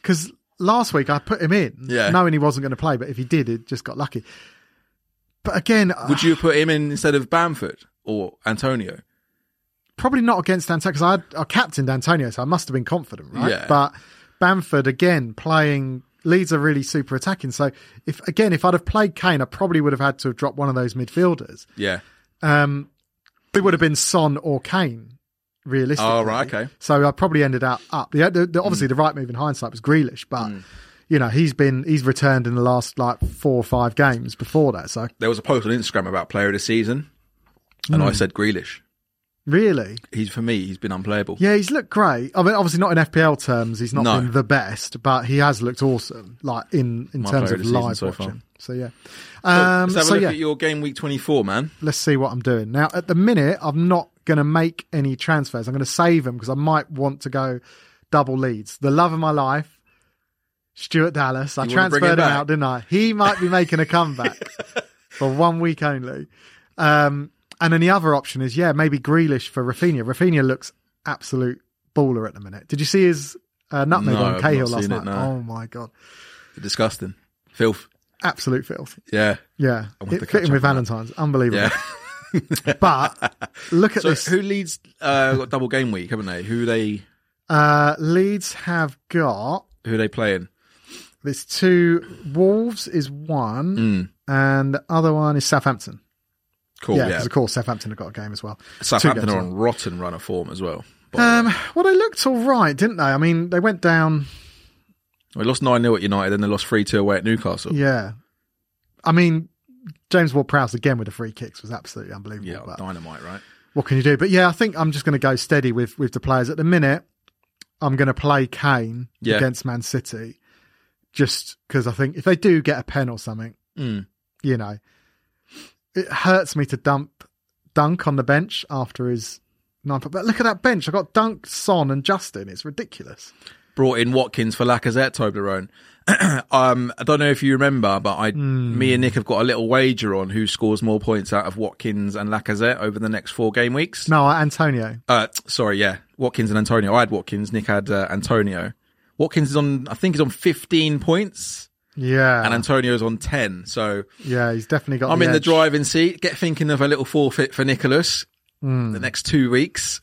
Speaker 1: because last week I put him in,
Speaker 2: Yeah.
Speaker 1: knowing he wasn't going to play. But if he did, it just got lucky. But again, uh,
Speaker 2: Would you have put him in instead of Bamford or Antonio?
Speaker 1: probably not against Antonio because I, had- I captained Antonio, so I must have been confident, right?
Speaker 2: Yeah.
Speaker 1: But Bamford again playing Leeds are really super attacking. So if again, if I'd have played Kane, I probably would have had to have dropped one of those midfielders.
Speaker 2: Yeah.
Speaker 1: Um, it would have been Son or Kane, realistically.
Speaker 2: Oh, right, okay. Hmm.
Speaker 1: So I probably ended up up. The, the, the- obviously, the right move in hindsight was Grealish, but you know he's been he's returned in the last like four or five games before that. So
Speaker 2: There was a post on Instagram about player of the season, and
Speaker 1: Hmm.
Speaker 2: I said Grealish.
Speaker 1: really,
Speaker 2: He's for me. He's been unplayable.
Speaker 1: yeah, he's looked great. I mean, obviously not in FPL terms, he's not
Speaker 2: No.
Speaker 1: been the best, but he has looked awesome. Like in in
Speaker 2: My
Speaker 1: terms
Speaker 2: player
Speaker 1: of
Speaker 2: of the season
Speaker 1: live
Speaker 2: so far.
Speaker 1: watching. So yeah, um,
Speaker 2: Let's have
Speaker 1: so
Speaker 2: a look
Speaker 1: yeah,
Speaker 2: at your game week twenty four, man.
Speaker 1: let's see what I'm doing. Now, at the minute, I'm not going to make any transfers. I'm going to save them because I might want to go double leads. The love of my life, Stuart Dallas. I
Speaker 2: You wanna bring
Speaker 1: transferred him,
Speaker 2: him back?
Speaker 1: out, didn't I? He might be making a comeback for one week only. Um, and then the other option is, yeah, maybe Grealish for Rafinha. Rafinha looks absolute baller at the minute. Did you see his uh, nutmeg
Speaker 2: No,
Speaker 1: on
Speaker 2: I've
Speaker 1: Cahill
Speaker 2: not
Speaker 1: last Oh
Speaker 2: seen
Speaker 1: night?
Speaker 2: it, no.
Speaker 1: Oh my god!
Speaker 2: Disgusting, filth.
Speaker 1: absolute filth.
Speaker 2: Yeah.
Speaker 1: Yeah,
Speaker 2: want to
Speaker 1: it
Speaker 2: catch
Speaker 1: fitting
Speaker 2: up
Speaker 1: with
Speaker 2: on that.
Speaker 1: Valentine's, unbelievable.
Speaker 2: Yeah.
Speaker 1: But look at
Speaker 2: So
Speaker 1: this.
Speaker 2: who leads uh got double game week, haven't they? Who they
Speaker 1: Uh, Leeds have got
Speaker 2: who they playing?
Speaker 1: there's two. Wolves is one, and the other one is Southampton.
Speaker 2: Hmm. Cool,
Speaker 1: yeah,
Speaker 2: yeah.
Speaker 1: because of course Southampton have got a game as well. Two
Speaker 2: Southampton
Speaker 1: games
Speaker 2: are
Speaker 1: as
Speaker 2: on rotten run of form as well. But
Speaker 1: well. Um, well, they looked all right, didn't they? I mean, they went down.
Speaker 2: they lost nine 0 at United, then they lost three two away at Newcastle.
Speaker 1: Yeah, I mean, James Ward-Prowse again with the free kicks was absolutely unbelievable.
Speaker 2: Yeah,
Speaker 1: but
Speaker 2: dynamite, right?
Speaker 1: what can you do? But yeah, I think I'm just going to go steady with with the players at the minute. I'm going to play Kane
Speaker 2: Yeah.
Speaker 1: against Man City, just because I think if they do get a pen or something,
Speaker 2: Mm.
Speaker 1: you know, it hurts me to dump Dunk on the bench after his nine. But look at that bench! I have got Dunk, Son, and Justin. It's ridiculous.
Speaker 2: Brought in Watkins for Lacazette, Toblerone. um, I don't know if you remember, but I, me and Nick have got a little wager on who scores more points out of Watkins and Lacazette over the next four game weeks.
Speaker 1: No, Antonio.
Speaker 2: Uh, t- sorry, yeah, Watkins and Antonio. I had Watkins. Nick had uh, Antonio. Watkins is on. I think he's on fifteen points,
Speaker 1: Yeah,
Speaker 2: and Antonio's on ten. So
Speaker 1: yeah, he's definitely got.
Speaker 2: I'm in the
Speaker 1: edge.
Speaker 2: driving seat. Get thinking of a little forfeit for Nicholas
Speaker 1: Hmm.
Speaker 2: the next two weeks.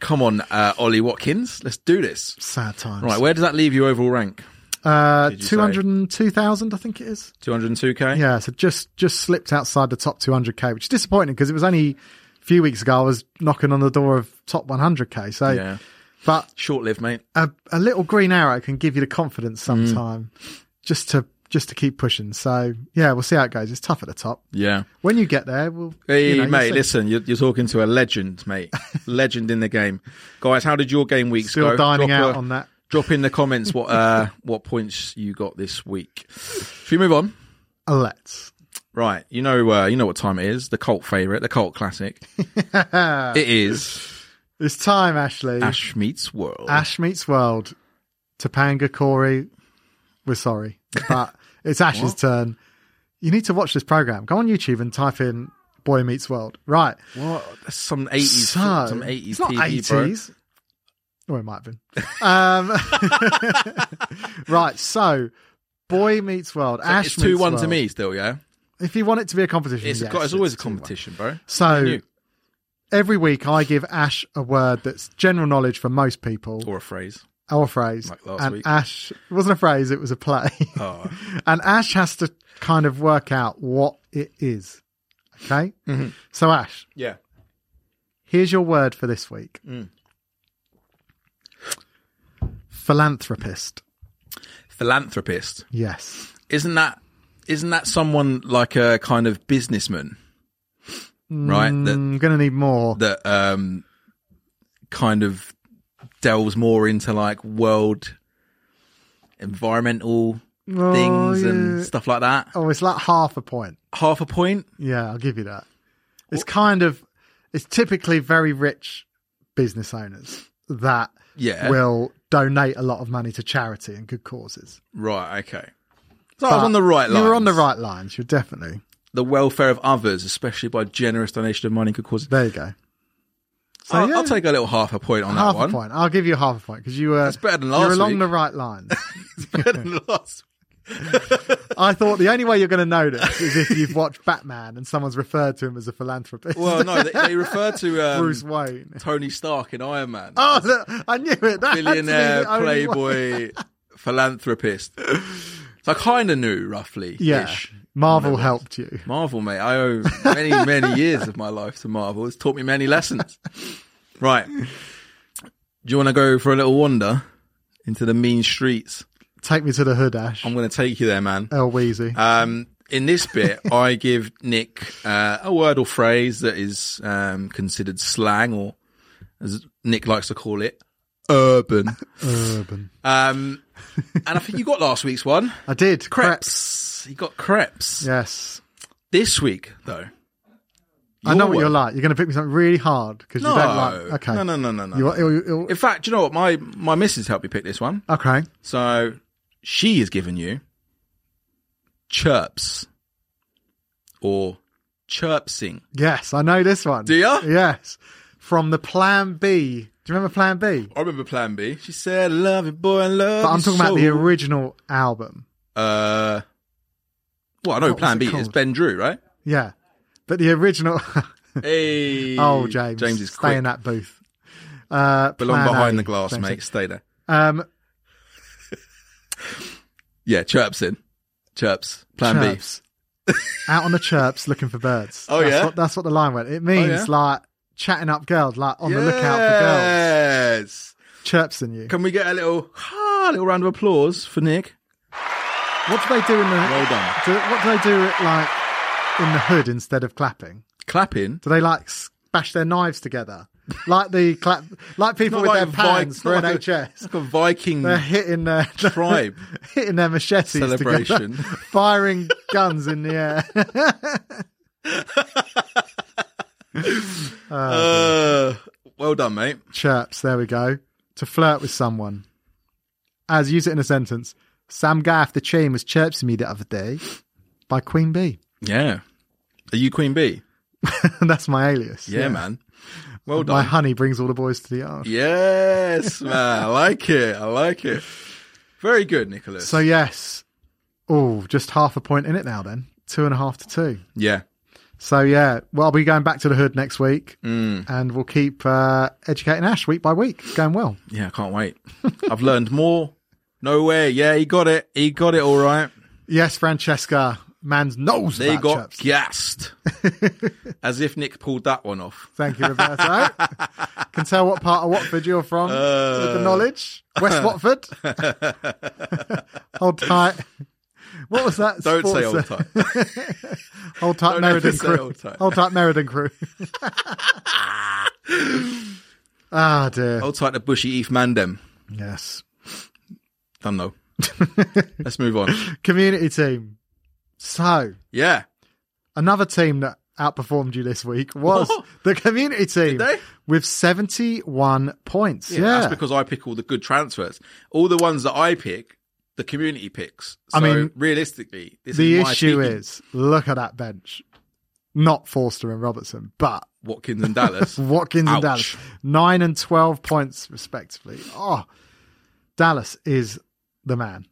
Speaker 2: Come on, uh, Ollie Watkins. Let's do this.
Speaker 1: Sad times.
Speaker 2: Right, where does that leave you overall rank?
Speaker 1: uh,
Speaker 2: you say?
Speaker 1: two hundred and two thousand, I think it is.
Speaker 2: 202k.
Speaker 1: Yeah, so just just slipped outside the top 200k, which is disappointing because it was only a few weeks ago I was knocking on the door of top 100k. So,
Speaker 2: Yeah.
Speaker 1: but
Speaker 2: Short lived, mate.
Speaker 1: a, a little green arrow can give you the confidence
Speaker 2: Mm.
Speaker 1: sometime, just to just to keep pushing. So yeah, we'll see how it goes. It's tough at the top.
Speaker 2: Yeah.
Speaker 1: When you get there, we'll
Speaker 2: Hey,
Speaker 1: you know, you'll
Speaker 2: mate,
Speaker 1: see.
Speaker 2: listen, you're, you're talking to a legend, mate. legend in the game. Guys, how did your game weeks
Speaker 1: Still
Speaker 2: go?
Speaker 1: dining
Speaker 2: Drop
Speaker 1: out
Speaker 2: a-
Speaker 1: on that.
Speaker 2: Drop in the comments what uh, what points you got this week. Should we move on?
Speaker 1: Uh, Let's.
Speaker 2: Right, you know uh, you know what time it is. The cult favorite, the cult classic. it is
Speaker 1: It's time, Ashley. Ash,
Speaker 2: Ash meets World.
Speaker 1: meets world. Topanga Corey, we're sorry, but it's Ash's turn. You need to watch this program. Go on YouTube and type in "Boy Meets World." Right.
Speaker 2: What? That's some eighties.
Speaker 1: so
Speaker 2: some
Speaker 1: it's
Speaker 2: eighties
Speaker 1: not
Speaker 2: TV, E bro.
Speaker 1: 80s. Or it might have been. Um, right, so Boy Meets World. Ash
Speaker 2: it's two
Speaker 1: meets
Speaker 2: one to
Speaker 1: World.
Speaker 2: me still. Yeah,
Speaker 1: If you want it to be a competition,
Speaker 2: it's
Speaker 1: yes,
Speaker 2: got, it's always a
Speaker 1: 2-1.
Speaker 2: competition, bro.
Speaker 1: So
Speaker 2: You.
Speaker 1: every week I give Ash a word that's general knowledge for most people,
Speaker 2: Or a phrase.
Speaker 1: or a phrase.
Speaker 2: Like last
Speaker 1: and
Speaker 2: week.
Speaker 1: Ash it wasn't a phrase, it was a play.
Speaker 2: Oh.
Speaker 1: and Ash has to kind of work out what it is. Okay?
Speaker 2: Mm-hmm.
Speaker 1: So, Ash,
Speaker 2: Yeah.
Speaker 1: here's your word for this week
Speaker 2: Mm.
Speaker 1: philanthropist.
Speaker 2: Philanthropist.
Speaker 1: Yes.
Speaker 2: Isn't that isn't that someone like a kind of businessman? Right? That
Speaker 1: Mm, I'm going to need more.
Speaker 2: that um kind of delves more into like world environmental
Speaker 1: Oh,
Speaker 2: things
Speaker 1: yeah.
Speaker 2: and stuff like that.
Speaker 1: oh, it's like half a point.
Speaker 2: Half a point.
Speaker 1: Yeah, I'll give you that. It's kind of, it's typically very rich business owners that
Speaker 2: Yeah.
Speaker 1: will donate a lot of money to charity and good causes.
Speaker 2: Right, okay. So I was on the
Speaker 1: But
Speaker 2: right line.
Speaker 1: You were on the right lines. You're definitely.
Speaker 2: The welfare of others, especially by generous donation of money, could cause.
Speaker 1: There you go. So,
Speaker 2: I'll,
Speaker 1: yeah.
Speaker 2: I'll take a little half a point on
Speaker 1: half
Speaker 2: that one.
Speaker 1: a point. I'll give you half a point because you were
Speaker 2: That's better than
Speaker 1: you're
Speaker 2: last
Speaker 1: along
Speaker 2: week.
Speaker 1: the right lines.
Speaker 2: Better than last
Speaker 1: I thought the only way you're going to know this is if you've watched Batman and someone's referred to him as a philanthropist.
Speaker 2: Well, no, they, they refer to um,
Speaker 1: Bruce Wayne.
Speaker 2: Tony Stark in Iron Man.
Speaker 1: Oh, look, I knew it. That had to be the
Speaker 2: billionaire,
Speaker 1: only way.
Speaker 2: playboy, philanthropist. So I kind of knew roughly.
Speaker 1: Yeah,
Speaker 2: ish.
Speaker 1: Marvel helped you.
Speaker 2: Marvel, mate. I owe many, many years of my life to Marvel. It's taught me many lessons. Right. Do you want to go for a little wander into the mean streets?
Speaker 1: Take me to the hood, Ash.
Speaker 2: I'm going to take you there, man.
Speaker 1: El Weezy.
Speaker 2: Um, in this bit, I give Nick uh, a word or phrase that is um, considered slang, or as Nick likes to call it, urban.
Speaker 1: Urban.
Speaker 2: Um, and I think you got last week's one.
Speaker 1: I did.
Speaker 2: Crepes. You got crepes.
Speaker 1: Yes.
Speaker 2: This week, though.
Speaker 1: I know
Speaker 2: your
Speaker 1: what you're
Speaker 2: word-
Speaker 1: like. You're going to pick me something really hard because
Speaker 2: No.
Speaker 1: you don't like. Okay.
Speaker 2: No, no, no, no, no.
Speaker 1: You, you, you,
Speaker 2: In fact, do you know what? My, my missus helped me pick this one.
Speaker 1: okay.
Speaker 2: So she has given you chirps or chirpsing.
Speaker 1: Yes, I know this one.
Speaker 2: Do ya?
Speaker 1: Yes. From the Plan B. Do you remember Plan B?
Speaker 2: I remember Plan B. She said, love you, boy, I love
Speaker 1: But I'm
Speaker 2: you
Speaker 1: talking about
Speaker 2: so."
Speaker 1: the original album.
Speaker 2: Uh, Well, no,
Speaker 1: What
Speaker 2: Plan B
Speaker 1: was it
Speaker 2: is
Speaker 1: called?
Speaker 2: Ben Drew, right?
Speaker 1: Yeah. But the original.
Speaker 2: Hey,
Speaker 1: oh, James.
Speaker 2: James is
Speaker 1: stay
Speaker 2: quick.
Speaker 1: in that booth. Uh,
Speaker 2: Belong
Speaker 1: Plan
Speaker 2: behind
Speaker 1: A,
Speaker 2: the glass,
Speaker 1: James.
Speaker 2: mate. Stay there.
Speaker 1: Um,
Speaker 2: Yeah, chirps in. Chirps. Plan B.
Speaker 1: chirps. Out on the chirps looking for birds.
Speaker 2: Oh,
Speaker 1: that's
Speaker 2: yeah? Oh,
Speaker 1: What, that's what the line went. It means
Speaker 2: yeah?
Speaker 1: like chatting up girls, like on the lookout for girls.
Speaker 2: Yes.
Speaker 1: Chirps in you.
Speaker 2: Can we get a little, ah, little round of applause for Nick?
Speaker 1: What do they do in the.
Speaker 2: Well done.
Speaker 1: do, what do they do like in the hood instead of clapping?
Speaker 2: Clapping.
Speaker 1: Do they like bash their knives together? like the clap, like people with their
Speaker 2: Vi-
Speaker 1: pans
Speaker 2: it's
Speaker 1: for
Speaker 2: not like a-
Speaker 1: NHS.
Speaker 2: It's like a Viking
Speaker 1: They're hitting their
Speaker 2: tribe.
Speaker 1: hitting their machetes together,
Speaker 2: Celebration.
Speaker 1: firing guns in the air. Oh,
Speaker 2: Uh, well done, mate.
Speaker 1: Chirps. There we go. To flirt with someone. As use it in a sentence. Sam guy off the chain was chirpsing me the other day by Queen Bee.
Speaker 2: Yeah. Are you Queen Bee?
Speaker 1: That's my alias.
Speaker 2: Yeah, man. Well
Speaker 1: My
Speaker 2: done.
Speaker 1: honey brings all the boys to the yard.
Speaker 2: Yes, man. I like it. I like it. Very good, Nicholas.
Speaker 1: So yes. Oh, just half a point in it now then. Two and a half to two.
Speaker 2: yeah.
Speaker 1: So yeah, well, I'll be going back to the hood next week,
Speaker 2: Mm.
Speaker 1: and we'll keep uh, educating Ash week by week. It's Going well.
Speaker 2: Yeah, I can't wait. I've learned more. No way. Yeah, he got it. He got it all right.
Speaker 1: Yes, Francesca, man's nose.
Speaker 2: They
Speaker 1: about
Speaker 2: got
Speaker 1: chaps.
Speaker 2: gassed. As if Nick pulled that one off.
Speaker 1: Thank you, Roberto. Can tell what part of Watford you're
Speaker 2: Uh.
Speaker 1: from with the knowledge. West Watford. hold tight. What was that?
Speaker 2: Don't
Speaker 1: sports-
Speaker 2: say all time.
Speaker 1: Hold tight,
Speaker 2: Don't ever
Speaker 1: Meriden
Speaker 2: say
Speaker 1: crew.
Speaker 2: hold tight.
Speaker 1: Hold tight, Meriden crew. ah dear.
Speaker 2: Old tight the bushy Eve Mandem.
Speaker 1: Yes.
Speaker 2: Done though. Let's move on.
Speaker 1: Community team. So.
Speaker 2: Yeah.
Speaker 1: another team that outperformed you this week was
Speaker 2: What?
Speaker 1: the community team
Speaker 2: they?
Speaker 1: with 71 points. Yeah.
Speaker 2: That's because I pick all the good transfers. All the ones that I pick, the community picks. So
Speaker 1: I mean,
Speaker 2: realistically, this
Speaker 1: the
Speaker 2: is my
Speaker 1: issue
Speaker 2: picking.
Speaker 1: is look at that bench. Not Forster and Robertson, but
Speaker 2: Watkins and Dallas.
Speaker 1: Watkins and
Speaker 2: Ouch.
Speaker 1: Dallas. 9 and 12 points, respectively. Oh, Dallas is the man.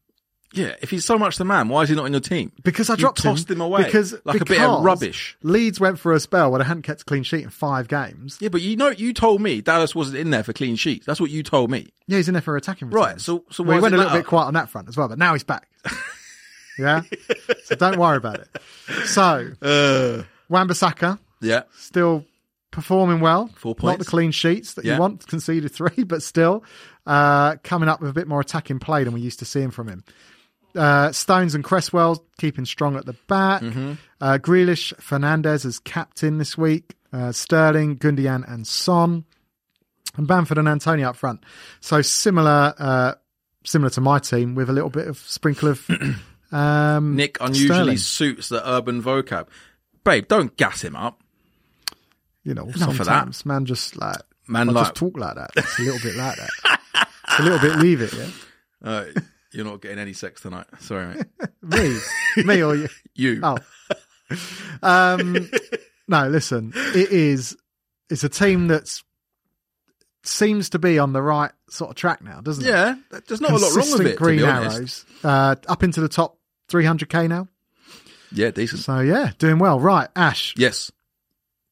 Speaker 2: yeah, if he's so much the man, why is he not in your team?
Speaker 1: Because I dropped
Speaker 2: tossed him away
Speaker 1: Because,
Speaker 2: like a bit of
Speaker 1: because
Speaker 2: rubbish.
Speaker 1: Leeds went for a spell where they hadn't kept a clean sheet in five games.
Speaker 2: Yeah, but you know, you told me Dallas wasn't in there for clean sheets. That's what you told me.
Speaker 1: Yeah, he's in there for attacking.
Speaker 2: Right,
Speaker 1: returns.
Speaker 2: so- so
Speaker 1: Well,
Speaker 2: why
Speaker 1: he
Speaker 2: does
Speaker 1: went
Speaker 2: it
Speaker 1: a little
Speaker 2: matter?
Speaker 1: bit quiet on that front as well, but now he's back. yeah, so don't worry about it. So Wambasaka
Speaker 2: Uh, Yeah.
Speaker 1: still performing well.
Speaker 2: Four
Speaker 1: Not
Speaker 2: points.
Speaker 1: the clean sheets that you
Speaker 2: Yeah.
Speaker 1: want. Conceded three, but still uh, coming up with a bit more attacking play than we used to seeing from him. Uh, Stones and Cresswell keeping strong at the back.
Speaker 2: Mm-hmm.
Speaker 1: Uh, Grealish, Fernandez as captain this week. Uh, Sterling, Gundian, and Son and Bamford and Antonio up front. So similar, uh, similar to my team with a little bit of sprinkle of um,
Speaker 2: Nick
Speaker 1: Sterling.
Speaker 2: unusually suits the urban vocab. Babe, don't gas him up.
Speaker 1: you know
Speaker 2: not for that.
Speaker 1: sometimes man just like
Speaker 2: Man,
Speaker 1: I
Speaker 2: like,
Speaker 1: just talk like that. It's a little bit like that. It's a little bit leave it. Yeah,
Speaker 2: uh, you're not getting any sex tonight. Sorry, mate.
Speaker 1: me, me or you.
Speaker 2: You.
Speaker 1: Oh, um, no. Listen, it is. It's a team that's seems to be on the right sort of track now, doesn't it?
Speaker 2: Yeah, there's not a lot wrong with
Speaker 1: Consistent
Speaker 2: it, to
Speaker 1: Green
Speaker 2: be honest.
Speaker 1: arrows uh, up into the top 300k now.
Speaker 2: Yeah, decent.
Speaker 1: So yeah, doing well. Right, Ash,
Speaker 2: Yes.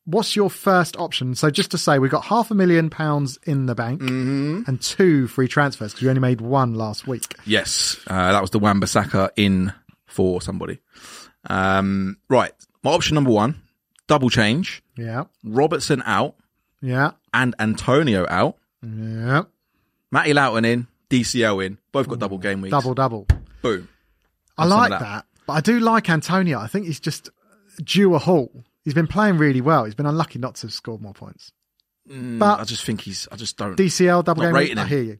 Speaker 1: what's your first option? So just to say, we got half a million pounds in the bank
Speaker 2: hmm
Speaker 1: and two free transfers because we only made one last week.
Speaker 2: Yes, uh, that was the Wambasaka in for somebody. Um, right, my option number one: double change,
Speaker 1: Yeah,
Speaker 2: Robertson out
Speaker 1: yeah,
Speaker 2: and Antonio out,
Speaker 1: yeah.
Speaker 2: Matty Loughton in, DCL in. Both got double game weeks.
Speaker 1: Double double.
Speaker 2: boom.
Speaker 1: I
Speaker 2: some of
Speaker 1: like that.
Speaker 2: that.
Speaker 1: but I do like Antonio. I think he's just due a haul. He's been playing really well. He's been unlucky not to have scored more points.
Speaker 2: But Mm, I just think he's. I just don't.
Speaker 1: DCL double
Speaker 2: Not
Speaker 1: game.
Speaker 2: rating
Speaker 1: I
Speaker 2: him.
Speaker 1: hear you.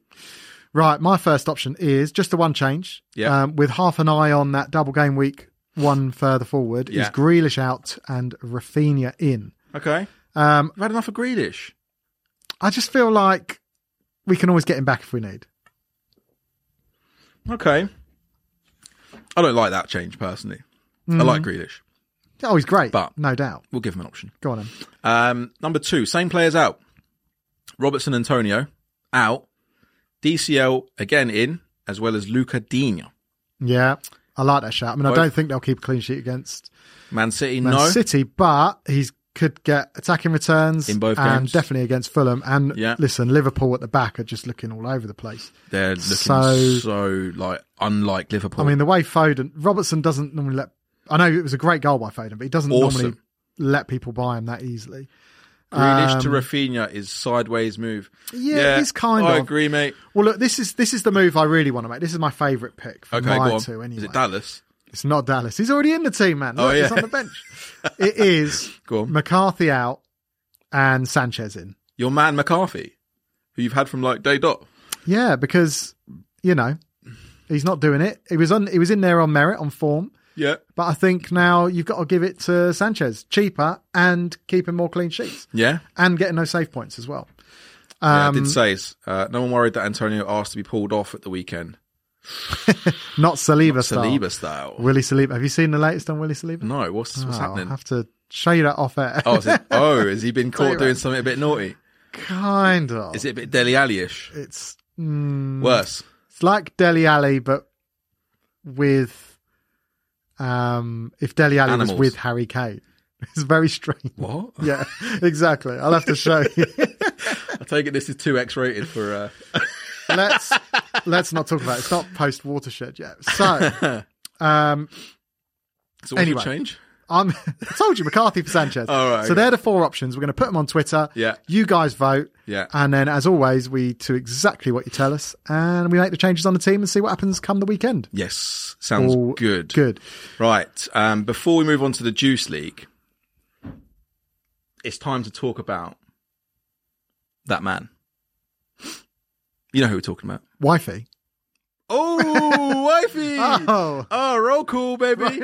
Speaker 1: Right, my first option is just the one change.
Speaker 2: Yeah.
Speaker 1: Um, with half an eye on that double game week, one further forward is
Speaker 2: Yeah.
Speaker 1: Grealish out and Rafinha in.
Speaker 2: okay,
Speaker 1: Um,
Speaker 2: I've had enough of Greedish.
Speaker 1: I just feel like we can always get him back if we need.
Speaker 2: Okay, I don't like that change personally. I like Greedish.
Speaker 1: Oh, he's great,
Speaker 2: But-
Speaker 1: no doubt.
Speaker 2: We'll give him an option.
Speaker 1: Go on, then.
Speaker 2: Um, number two, same players out. Robertson Antonio out. DCL again in, as well as Luca Dina.
Speaker 1: yeah, I like that shout. I mean, I
Speaker 2: Both.
Speaker 1: don't think they'll keep a clean sheet against
Speaker 2: Man City,
Speaker 1: Man
Speaker 2: no.
Speaker 1: City, but he's could get attacking returns
Speaker 2: In both
Speaker 1: and
Speaker 2: games.
Speaker 1: definitely against Fulham. And
Speaker 2: Yeah.
Speaker 1: listen, Liverpool at the back are just looking all over the place.
Speaker 2: They're looking
Speaker 1: So-
Speaker 2: so, like unlike Liverpool.
Speaker 1: I mean, the way Foden Robertson doesn't normally let. I know it was a great goal by Foden, but he doesn't
Speaker 2: Awesome.
Speaker 1: normally let people buy him that easily.
Speaker 2: Greenish to
Speaker 1: um,
Speaker 2: Rafinha is sideways move.
Speaker 1: Yeah, it is kind
Speaker 2: I
Speaker 1: of.
Speaker 2: agree, mate.
Speaker 1: Well, look, this is this is the move I really want to make. This is my favourite pick for
Speaker 2: Okay,
Speaker 1: my
Speaker 2: go on.
Speaker 1: two anyway.
Speaker 2: Is it Dallas?
Speaker 1: It's not Dallas. He's already in the team, man.
Speaker 2: Oh,
Speaker 1: Look, He's
Speaker 2: yeah.
Speaker 1: on the bench. it is
Speaker 2: Go on.
Speaker 1: McCarthy out and Sanchez in.
Speaker 2: Your man McCarthy, who you've had from like day dot.
Speaker 1: Yeah, because you know he's not doing it. He was on. He was in there on merit, on form.
Speaker 2: Yeah.
Speaker 1: But I think now you've got to give it to Sanchez, cheaper and keeping more clean sheets
Speaker 2: Yeah.
Speaker 1: and getting no save points as well.
Speaker 2: Yeah, I
Speaker 1: Um,
Speaker 2: did say uh, no one worried that Antonio asked to be pulled off at the weekend.
Speaker 1: Not Saliba. style.
Speaker 2: Saliba style.
Speaker 1: Willie Saliba. Have you seen the latest on Willie Saliba?
Speaker 2: No, what's what's
Speaker 1: Oh, I'll
Speaker 2: happening?
Speaker 1: have to show you that off air.
Speaker 2: Oh, is it, oh, has he been
Speaker 1: Tell you
Speaker 2: caught doing something a bit naughty?
Speaker 1: kind of.
Speaker 2: Is it a bit Deli Alley-ish?
Speaker 1: It's mm,
Speaker 2: Worse.
Speaker 1: It's like Deli Alley, but with um, if Deli Alley was
Speaker 2: Animals.
Speaker 1: with Harry Kane, it's very strange.
Speaker 2: What?
Speaker 1: Yeah, exactly. I'll have to show you.
Speaker 2: I take it this is too X-rated for. Uh,
Speaker 1: let's let's not talk about it. It's not post watershed yet. So, um,
Speaker 2: so what's your
Speaker 1: Anyway.
Speaker 2: change?
Speaker 1: I'm I told you McCarthy for Sanchez.
Speaker 2: All right,
Speaker 1: So
Speaker 2: okay.
Speaker 1: they're the four options. We're going to put them on Twitter.
Speaker 2: Yeah.
Speaker 1: You guys vote.
Speaker 2: Yeah.
Speaker 1: And then, as always, we do exactly what you tell us, and we make the changes on the team and see what happens come the weekend.
Speaker 2: Yes, sounds
Speaker 1: All
Speaker 2: good.
Speaker 1: Good.
Speaker 2: Right. Um, before we move on to the Juice League, it's time to talk about that man. You know who we're talking about.
Speaker 1: Wifey.
Speaker 2: Oh, wifey!
Speaker 1: Oh.
Speaker 2: Oh, roll call, baby.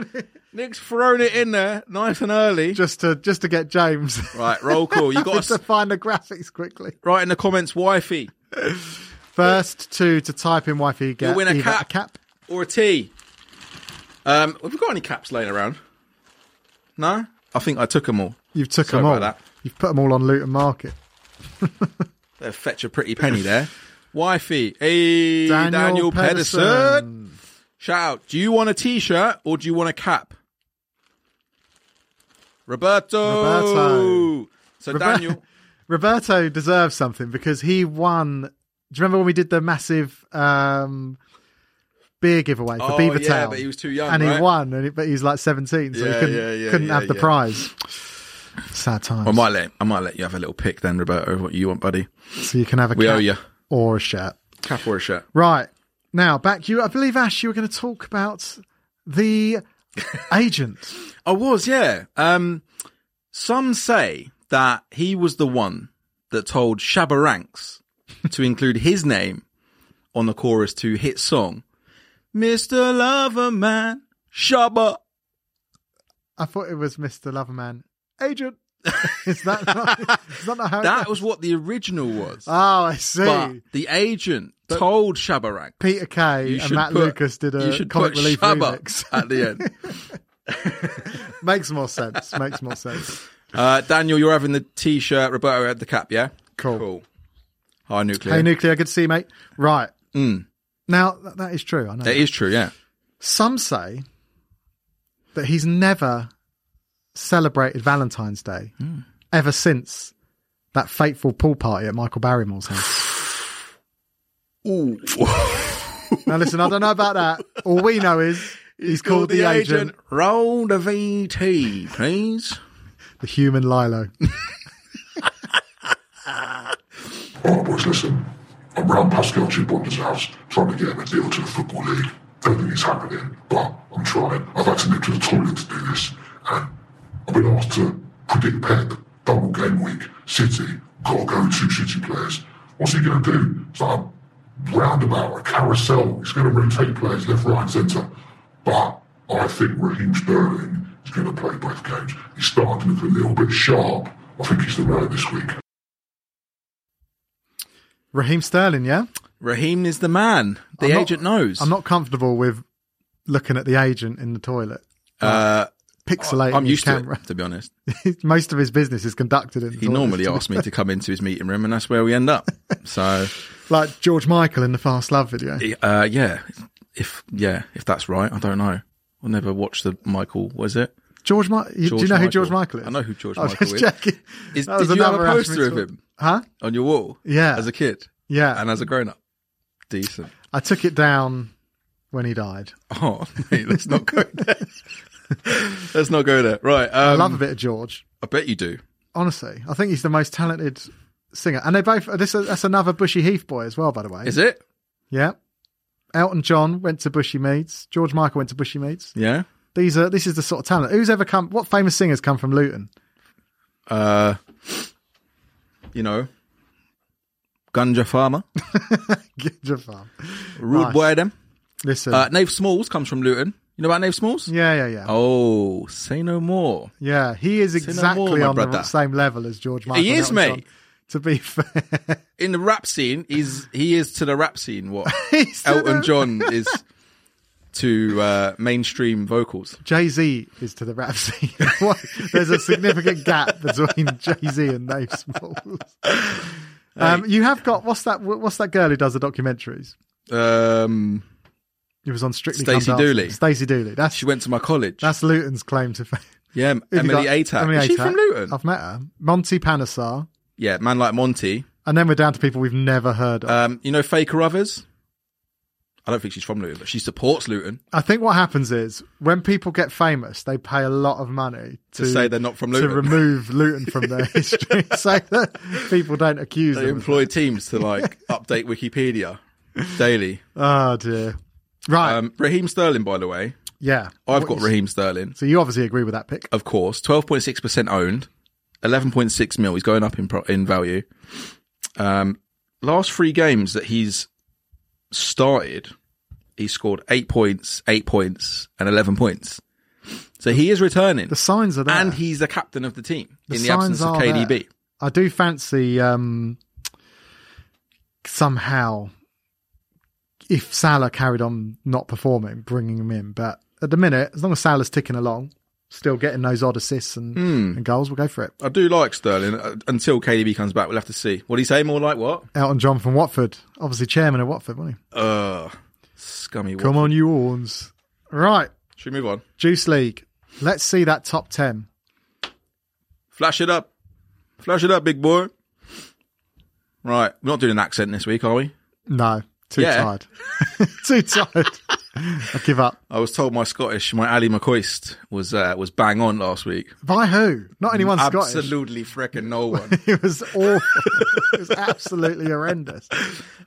Speaker 2: Nick's thrown it in there nice and early.
Speaker 1: just to just to get James.
Speaker 2: Right, roll call. You got
Speaker 1: Just to
Speaker 2: to
Speaker 1: find the graphics quickly.
Speaker 2: write in the comments, wifey
Speaker 1: First two to type in wifey get
Speaker 2: You'll win a
Speaker 1: either
Speaker 2: cap.
Speaker 1: a cap.
Speaker 2: or a T. Um, have we got any caps laying around? No, I think I took them all.
Speaker 1: You've took
Speaker 2: Sorry
Speaker 1: them all.
Speaker 2: about that.
Speaker 1: You've put them all on Luton Market.
Speaker 2: They fetch a pretty penny there. wifey, hey Daniel, Pedersen. Shout out. Do you want a T-shirt or do you want a cap? Roberto.
Speaker 1: Roberto.
Speaker 2: So
Speaker 1: Rober-
Speaker 2: Daniel.
Speaker 1: Roberto deserves something because he won. Do you remember when we did the massive um, beer giveaway for
Speaker 2: Oh,
Speaker 1: Beaver
Speaker 2: yeah,
Speaker 1: Town?
Speaker 2: but he was too young,
Speaker 1: and he
Speaker 2: right?
Speaker 1: won, and he, but he was like seventeen, so he
Speaker 2: Yeah,
Speaker 1: couldn't,
Speaker 2: yeah, yeah,
Speaker 1: couldn't
Speaker 2: yeah,
Speaker 1: have the
Speaker 2: yeah.
Speaker 1: prize. Sad times.
Speaker 2: I might let I might let you have a little pick then, Roberto. What you want, buddy?
Speaker 1: so you can have a
Speaker 2: We
Speaker 1: cap
Speaker 2: owe you
Speaker 1: or a shirt.
Speaker 2: cap or a shirt.
Speaker 1: Right now, back you. I believe Ash, you were going to talk about the agent.
Speaker 2: I was, yeah. Um, some say that he was the one that told Shabba Ranks to include his name on the chorus to hit song, Mr. Lover Man, Shabba.
Speaker 1: I thought it was Mr. Loverman. Agent. is that not, is that not how? it
Speaker 2: That
Speaker 1: goes?
Speaker 2: was what the original was.
Speaker 1: oh, I see.
Speaker 2: but the agent told Shabba Ranks.
Speaker 1: Peter Kay and Matt Lucas did
Speaker 2: you
Speaker 1: a
Speaker 2: should
Speaker 1: comic
Speaker 2: put
Speaker 1: relief
Speaker 2: Shabba
Speaker 1: remix.
Speaker 2: at the end.
Speaker 1: Makes more sense. Makes more sense.
Speaker 2: Uh, Daniel, you're having the t-shirt. Roberto had the cap, yeah?
Speaker 1: Cool.
Speaker 2: High nuclear.
Speaker 1: Hey, nuclear. Good to see you, mate. Right. Now that, that is true. I know.
Speaker 2: Mm. that is true, yeah.
Speaker 1: Some say that he's never celebrated Valentine's Day
Speaker 2: Mm.
Speaker 1: ever since that fateful pool party at Michael Barrymore's house.
Speaker 2: Ooh.
Speaker 1: now, listen, I don't know about that. All we know is he's, called, the, agent,
Speaker 2: Roll the VT, E please.
Speaker 1: the human Lilo.
Speaker 3: Alright, boys, listen. I'm round Pascal Chimbonda's house trying to get him a deal to the Football League. Don't think it's happening, but I'm trying. I've had to nip to the toilet to do this. And I've been asked to predict Pep, double game week, City, gotta go two City players. What's he going to do? It's like a roundabout, a carousel. He's going to rotate players left, right, and centre. But I think Raheem Sterling is going to play both games. He's starting to look a little bit sharp. I think he's the man this week.
Speaker 1: Raheem Sterling, yeah?
Speaker 2: Raheem is the man. The
Speaker 1: I'm not-
Speaker 2: agent knows.
Speaker 1: I'm not comfortable with looking at the agent in the toilet.
Speaker 2: Uh,
Speaker 1: Pixelating
Speaker 2: I'm
Speaker 1: his
Speaker 2: used to
Speaker 1: camera.
Speaker 2: it, to be honest.
Speaker 1: Most of his business is conducted in the
Speaker 2: He
Speaker 1: toilet.
Speaker 2: normally asks me to come into his meeting room, and that's where we end up. So,
Speaker 1: like George Michael in the Fast Love video.
Speaker 2: uh, yeah, if yeah, if that's right, I don't know. I never watched the Michael. Was it?
Speaker 1: George Michael. Do you know
Speaker 2: George
Speaker 1: who George Michael
Speaker 2: Michael.
Speaker 1: is?
Speaker 2: I know who George
Speaker 1: I was
Speaker 2: Michael
Speaker 1: just
Speaker 2: is.
Speaker 1: checking.
Speaker 2: Is,
Speaker 1: That was
Speaker 2: did you have a
Speaker 1: another reference
Speaker 2: poster of
Speaker 1: to-
Speaker 2: him
Speaker 1: Huh?
Speaker 2: on your wall?
Speaker 1: Yeah.
Speaker 2: As a kid
Speaker 1: Yeah.
Speaker 2: and as a grown up. Decent.
Speaker 1: I took it down when he died.
Speaker 2: Oh, mate, let's not go there. let's not go there. Right. Um, I,
Speaker 1: I love a bit of George.
Speaker 2: bet you do.
Speaker 1: Honestly, I think he's the most talented singer. And they both. This that's another Bushy Heath boy as well, by the way.
Speaker 2: Is it?
Speaker 1: Yeah. Elton John went to Bushy Meads. George Michael went to Bushy Meads.
Speaker 2: Yeah.
Speaker 1: These are this is the sort of talent. Who's ever come? What famous singers come from Luton?
Speaker 2: Uh, you know, Ganja Farmer,
Speaker 1: Ginger Farm.
Speaker 2: Rude
Speaker 1: Nice.
Speaker 2: Boy them.
Speaker 1: Listen.
Speaker 2: Uh, Nave Smalls comes from Luton. You know about Nave Smalls?
Speaker 1: yeah, yeah, yeah.
Speaker 2: Oh, say no more.
Speaker 1: Yeah, he is
Speaker 2: no
Speaker 1: exactly
Speaker 2: more, my
Speaker 1: on the
Speaker 2: brother.
Speaker 1: same level as George Michael.
Speaker 2: He is,
Speaker 1: and Elton
Speaker 2: mate.
Speaker 1: John, To be fair,
Speaker 2: In the rap scene, is he is to the rap scene what
Speaker 1: He's to
Speaker 2: Elton
Speaker 1: the-
Speaker 2: John is to uh, mainstream vocals.
Speaker 1: Jay Z is to the rap scene. What- There's a significant gap between Jay Z and Dave Smalls. Um, you have got what's that? What's that girl who does the documentaries?
Speaker 2: Um,
Speaker 1: It was on Strictly
Speaker 2: Stacey
Speaker 1: Come Dancing.
Speaker 2: Dooley.
Speaker 1: Stacey Dooley. That's
Speaker 2: she went to my college.
Speaker 1: that's Luton's claim to fame.
Speaker 2: yeah,
Speaker 1: Who've you
Speaker 2: Emily
Speaker 1: got?
Speaker 2: Atack.
Speaker 1: Emily
Speaker 2: Is she
Speaker 1: Atack.
Speaker 2: from Luton?
Speaker 1: I've met her. Monty Panesar.
Speaker 2: yeah, man like Monty.
Speaker 1: And then we're down to people we've never heard of.
Speaker 2: Um, you know Faker Others? I don't think she's from Luton, but she supports Luton.
Speaker 1: I think what happens is when people get famous, they pay a lot of money to,
Speaker 2: To say they're not from
Speaker 1: to
Speaker 2: Luton.
Speaker 1: remove Luton from their history, so that people don't accuse
Speaker 2: They
Speaker 1: them. of-
Speaker 2: employ teams to like update Wikipedia daily.
Speaker 1: Oh dear. Right.
Speaker 2: Um, Raheem Sterling, by the way,
Speaker 1: yeah.
Speaker 2: I've
Speaker 1: What
Speaker 2: got
Speaker 1: is-
Speaker 2: Raheem Sterling,
Speaker 1: So you obviously agree with that pick.
Speaker 2: of course, twelve point six percent owned, eleven point six mil. He's going up in pro- in value. Um, last three games that he's started, he scored eight points, eight points, and eleven points. So he is returning,
Speaker 1: The signs are there.
Speaker 2: and he's the captain of the team
Speaker 1: The
Speaker 2: in the
Speaker 1: signs
Speaker 2: absence of
Speaker 1: are
Speaker 2: KDB.
Speaker 1: there. I do fancy um, somehow if Salah carried on not performing, bringing him in. But at the minute, as long as Salah's ticking along, still getting those odd assists and, and goals, we'll go for it.
Speaker 2: I do like Sterling uh, until KDB comes back. We'll have to see. What do you say? More like what?
Speaker 1: Elton John from Watford, obviously chairman of Watford, wasn't he?
Speaker 2: Uh scummy. What?
Speaker 1: Come on, you horns! Right,
Speaker 2: Should we move on?
Speaker 1: Juice League. Let's see that top ten.
Speaker 2: Flash it up. Flash it up, big boy. Right, we're not doing an accent this week, are we?
Speaker 1: No, too
Speaker 2: Yeah.
Speaker 1: tired. too tired. I give up.
Speaker 2: I was told my Scottish, my Ali McCoist, was uh, was bang on last week.
Speaker 1: By who? Not anyone Scottish.
Speaker 2: Absolutely freaking no one.
Speaker 1: It was awful. it was absolutely horrendous.